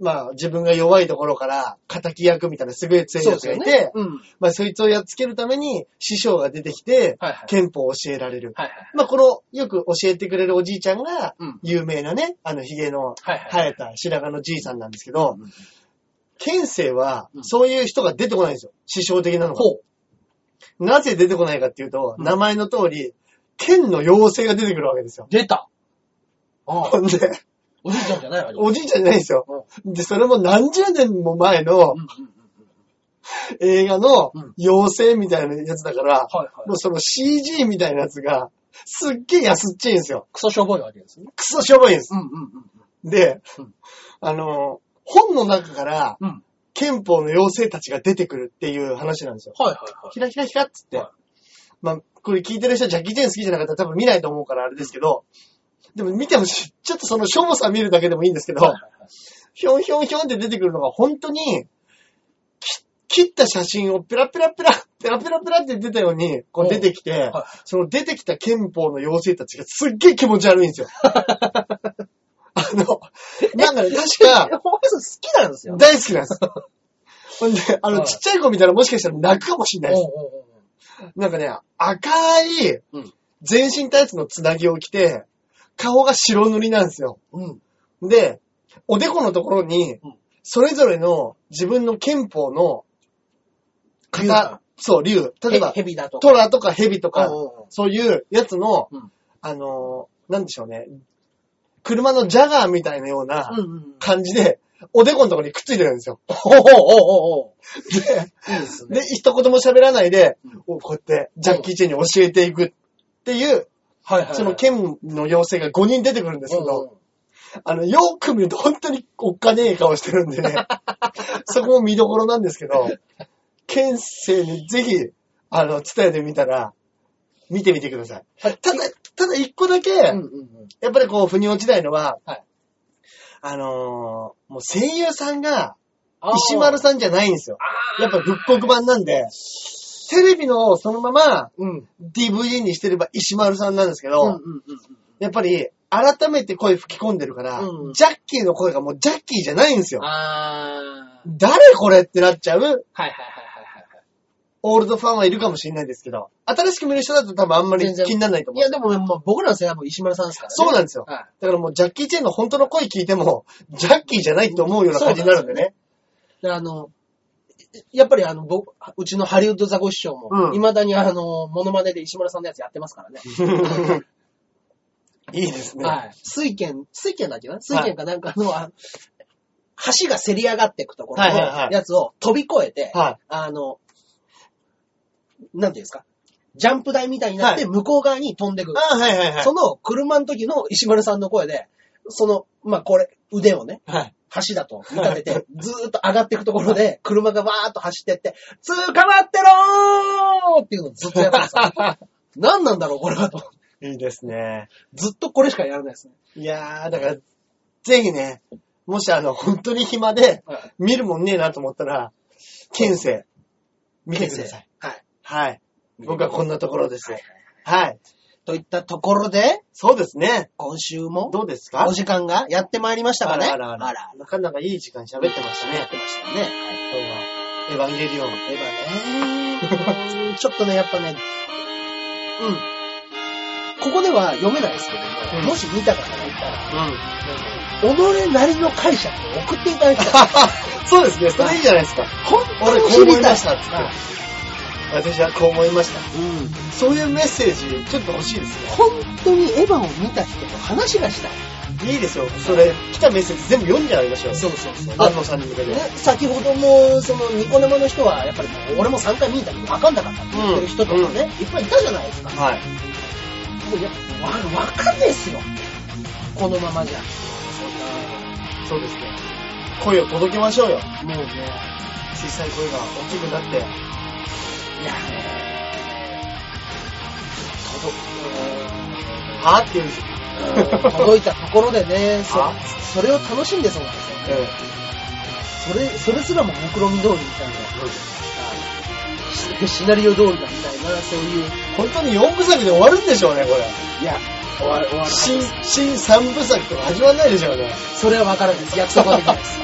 S2: まあ自分が弱いところから敵役みたいな優れ強いやつがいて、
S1: うん。
S2: まあそいつをやっつけるために師匠が出てきて、
S1: はいはい。
S2: 憲法を教えられる。
S1: はいはい。
S2: まあこの、よく教えてくれるおじいちゃんが
S1: うん、
S2: 有名なね、あのヒゲの
S1: はい
S2: 生
S1: はい。
S2: えた白髪のじいさんなんですけど
S1: うん、
S2: 剣聖は
S1: うん
S2: そういう人が出てこないんですよ。師匠的なのが。
S1: ほ
S2: なぜ出てこないかっていうと、
S1: うん
S2: 名前の通り、剣の妖精が出てくるわけですよ。
S1: 出た。あ
S2: ほ
S1: あ、
S2: んで、
S1: <laughs> おじいちゃんじゃないわけ。
S2: おじいちゃんじゃないんですよ。で、それも何十年も前の
S1: うんうんうんうん
S2: 映画の
S1: うん
S2: 妖精みたいなやつだから、
S1: はいはい
S2: もう。その CG みたいなやつが、すっげえ安っちいんですよ。
S1: クソしょぼいわけですね。
S2: クソしょぼいんです。
S1: うんうんうん。
S2: で
S1: うん、
S2: あの、本の中から
S1: うん。
S2: 憲法の妖精たちが出てくるっていう話なんですよ。
S1: はいはいはい。
S2: ひらひらひらっつって
S1: は。
S2: まあ、これ聞いてる人ジャッキー・チェーン好きじゃなかったら多分見ないと思うからあれですけど、でも見てほしい。ちょっとそのしょぼさ見るだけでもいいんですけど、
S1: はいはいはい
S2: ひょんひょんひょんって出てくるのが本当に、き切った写真をペラペラペラ、ペラペラペラって出たように、こう出てきて、
S1: はい
S2: その出てきた憲法の妖精たちがすっげえ気持ち悪いんですよ。 <laughs> あの、なんかね、確か、
S1: え、ホワイト好きなんですよ。
S2: 大好きなんです。ほんで、あの、
S1: はい
S2: ちっちゃい子見たらもしかしたら泣くかもしれないです。
S1: おうおうおう
S2: なんかね、赤い
S1: うん、
S2: 全身タイツのつなぎを着て、顔が白塗りなんですよ。
S1: おううん。
S2: で、おでこのところに
S1: うん、
S2: それぞれの自分の憲法の、
S1: 竜だ
S2: 型、そう、竜。例えば
S1: ヘ、ヘビだとか。
S2: 虎とか蛇とか
S1: お、うおう
S2: そういうやつの
S1: うん、
S2: あのー、なんでしょうね。車のジャガーみたいなような
S1: おううんうん。
S2: 感じで、おでこのところにくっついてるんですよ。
S1: おう
S2: <laughs>
S1: おうおうお
S2: で、
S1: ういいですね。
S2: で、一言も喋らないで
S1: うん、
S2: おこうやって、ジャッキー・チェンに教えていくっていう、
S1: はいはいは
S2: <laughs>
S1: い。
S2: その剣の妖精が5人出てくるんですけ
S1: おう
S2: ど、
S1: おう
S2: あの、よく見ると本当におっかねえ顔してるんで
S1: <laughs>
S2: ね、そこも見どころなんですけど、剣生にぜひ、あの、伝えてみたら、見てみてください。
S1: はい
S2: ただ、ただ一個だけ、
S1: うんうんうん。
S2: やっぱりこう、腑に落ちないのは、
S1: はい
S2: あのーもう声優さんが、
S1: あー
S2: 石丸さんじゃないんですよ。やっぱ復刻版なんで、テレビのそのまま
S1: うん。うん
S2: DVD にしてれば石丸さんなんですけど、
S1: うんうんうん。
S2: やっぱり改めて声吹き込んでるから、
S1: うん
S2: ジャッキーの声がもうジャッキーじゃないんですよ。
S1: あー。
S2: 誰これってなっちゃう
S1: はいはいはいはいは
S2: オールドファンはいるかもしれないですけど、新しく見る人だと多分あんまり
S1: 全然
S2: 気にならないと
S1: い。い
S2: 思う。
S1: や、でもね、もう僕らの世代はもう石丸さんですからね。
S2: そうなんですよ。
S1: は
S2: だからもうジャッキー・チェンの本当の声聞いても、ジャッキーじゃないって思うような感じになるんで
S1: <laughs>
S2: ね。
S1: い。で、あの、やっぱりあの、僕、うちのハリウッドザコシショウ
S2: う
S1: も、
S2: ん
S1: いまだにあの、モノマネで石丸さんのやつやってますからね。
S2: いいですね。
S1: はい。水剣、水剣だっけな水剣かなんかの、あの橋がせり上がっていくところ
S2: はいはいは
S1: の
S2: い
S1: やつを飛び越えて、
S2: は
S1: あの、なんていうんですかジャンプ台みたいになって向こう側に飛んでくる。
S2: あはいはいはい。
S1: その車の時の石丸さんの声で、その、まあ、これ、腕をね、
S2: はい。
S1: 橋だと見立てて、 <laughs> ずーっと上がっていくところで、車がわーっと走ってって、捕まってろーっていうのをずっとやってたんですよ
S2: <laughs>
S1: 何なんだろう、これはと。
S2: いいですね。
S1: ずっとこれしかやらないですね。
S2: いやー、だから、ぜひね、もしあの、本当に暇で、
S1: はい
S2: 見るもんねえなと思ったら、県政、見てください。。
S1: はい。
S2: はい。僕はこんなところです
S1: はい。
S2: はい。
S1: といったところで、
S2: そうですね。
S1: 今週も
S2: どうですか
S1: お時間がやってまいりましたかね。
S2: あらあらあ
S1: あ
S2: ら
S1: ら。
S2: なかなかいい時間喋ってました
S1: やっ
S2: ね。
S1: てましたね。
S2: 今日は、エヴァンゲリオン。
S1: エヴァね。うんちょっとね、やっぱね、うん。ここでは読めないですけども、
S2: うん
S1: もし見た方がいたら、
S2: う
S1: 己なりの解釈を送っていた
S2: <laughs>
S1: だきたい。
S2: ん。 <laughs> そうですね。それいいじゃないですか。
S1: 本当
S2: 俺
S1: に
S2: こ
S1: 知
S2: う思
S1: り
S2: い
S1: た
S2: ま
S1: い
S2: し。たっつって。私はこう思いました。
S1: うん。
S2: そういうメッセージ、ちょっと欲しいですね。
S1: 本当にエヴァを見た人と話がしたい。
S2: いいですよ。それ、来たメッセージ全部読んじゃいましょう。
S1: うそうそう
S2: 安野さんに向けて
S1: ね。、先ほども、その、ニコ生の人は、やっぱりもう、俺も3回見たけど分かんなかったって言ってる人とか
S2: う
S1: ね、
S2: ん
S1: いっぱいいたじゃないですか。
S2: はい。
S1: もういや、わ、わかんないっすよ。このままじゃ。
S2: そうですね。声を届けましょうよ。
S1: もうね、いや
S2: 小さい声が大きくなって。
S1: ね、
S2: はぁって言うんですよ。
S1: 届、うん <laughs> 届い
S2: <laughs>
S1: たところでね、そ
S2: あ
S1: それを楽しんでそうなんですよね。それ、それすらも目論見通りみたいな。しシナリオ通りだみたいな、そういう。
S2: 本当に4部作で終わるんでしょうね、これ。
S1: いや、終わる、終わ
S2: 新、新3部作とか始まんないでしょうね。
S1: それは分からないです。約束はできない <laughs> です。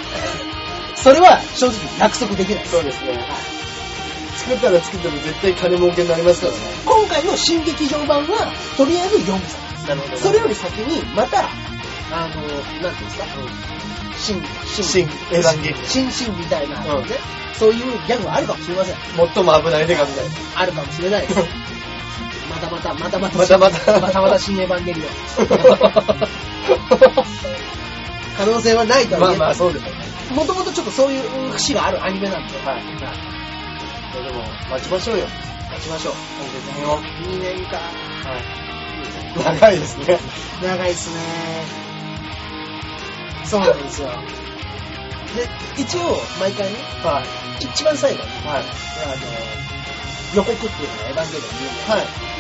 S1: それは正直約束できないです。
S2: そうですね。作ったら作っても絶対金儲けになりますからね。
S1: 今回の新劇場版は、とりあえず4部作。
S2: なるほ
S1: そ
S2: そ
S1: れ
S2: れ
S1: よ
S2: よ
S1: り先に、また、あの、なんていうんですか、新、
S2: り、新、エヴァンゲリ
S1: 新、新みたいな、ね
S2: うん
S1: そういうギャグはあるかもしれません。
S2: オン。最も危ないデカみたいな。
S1: あるかもしれないです。またまた、またまた、
S2: またまた
S1: またまた新エヴァンゲリオン。
S2: <laughs>
S1: 可能性はない
S2: <laughs>
S1: と
S2: ま
S1: は
S2: あ
S1: 言え
S2: ま
S1: な
S2: あ、
S1: い。
S2: そうですね。
S1: もともとちょっとそういう節があるアニメなんで、
S2: はい。いやでも、待ちましょうよ。
S1: 待ちましょう。
S2: 完結編を。は
S1: 2年か。
S2: い。長いですね。
S1: 長いっすね。そうなんですよ。で、一応、毎回ね、
S2: はい。
S1: 一番最後に、
S2: はい。
S1: あの、予告っていうのがエヴァンゲリオンに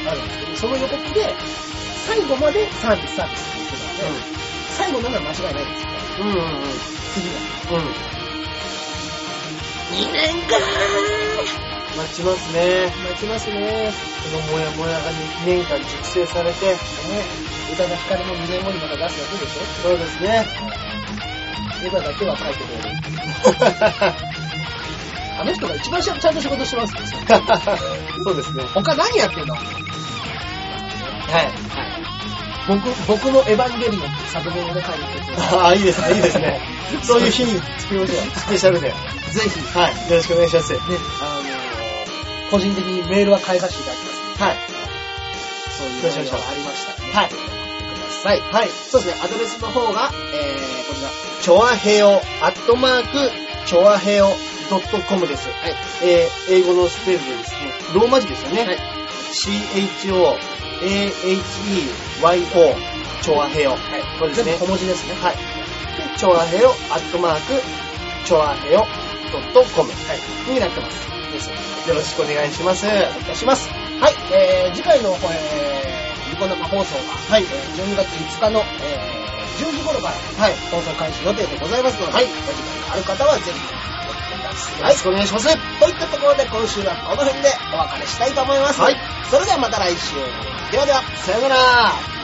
S2: はい。
S1: あるんですけど、その予告で、最後までサービスサービスって言ってたので、最後なら間違いないですよ。
S2: うん。うん。うん。
S1: 次が。
S2: うん。
S1: 2年かー
S2: 待ちますね。
S1: 待ちますね。ね、
S2: このもやもやが2年間熟成されて、
S1: 宇多田ヒカルも2年後にまた出すわけでし
S2: そうです <laughs> ね。
S1: ょエヴァだけは書いてくれる。あの人が一番しゃちゃんと仕事してますよ。
S2: そうですね。
S1: 他何やってんの
S2: はい。
S1: 僕、僕のエヴァンゲリオンって作文をね、書いてくれて。
S2: ああ、いいですね、いいですね。そういう日に作りましょう。スペシャルで。
S1: ぜひ、
S2: はい。よろしくお願いします。はい。
S1: ね、あの個人的にメールは返させていただきます。そういうメールがありましたらね。
S2: はい。
S1: ください。
S2: はい。
S1: そうですね、アドレスの方が、えー、こちら。
S2: チョアヘオ、アットマーク、チョアヘオ、ドットコムです。
S1: はい。
S2: えー、英語のスペルでですね、ローマ字ですよね。
S1: はい
S2: CHO、AHEYO、チョアヘオ。
S1: はい。
S2: これですね
S1: 全部小文字ですね。
S2: はい。で、チョアヘオ、アットマーク、チョアヘオ、ドットコム。はい。になってます。
S1: ですよね。
S2: よろしくお願いします。
S1: お願いいたします。はい、えー、次回の、えー、ニコ生放送が、はい、えー、12月5日の、えー、10時頃から、はい、放送開始予定でございますので、はい、お時間がある方はぜひ、ご覧くだ
S2: よ
S1: さ
S2: ろ
S1: い
S2: し。くお願いします。
S1: といったところで今週はこの辺でお別れしたいと思います。
S2: はい。
S1: それではまた来週。ではでは。
S2: さよなら。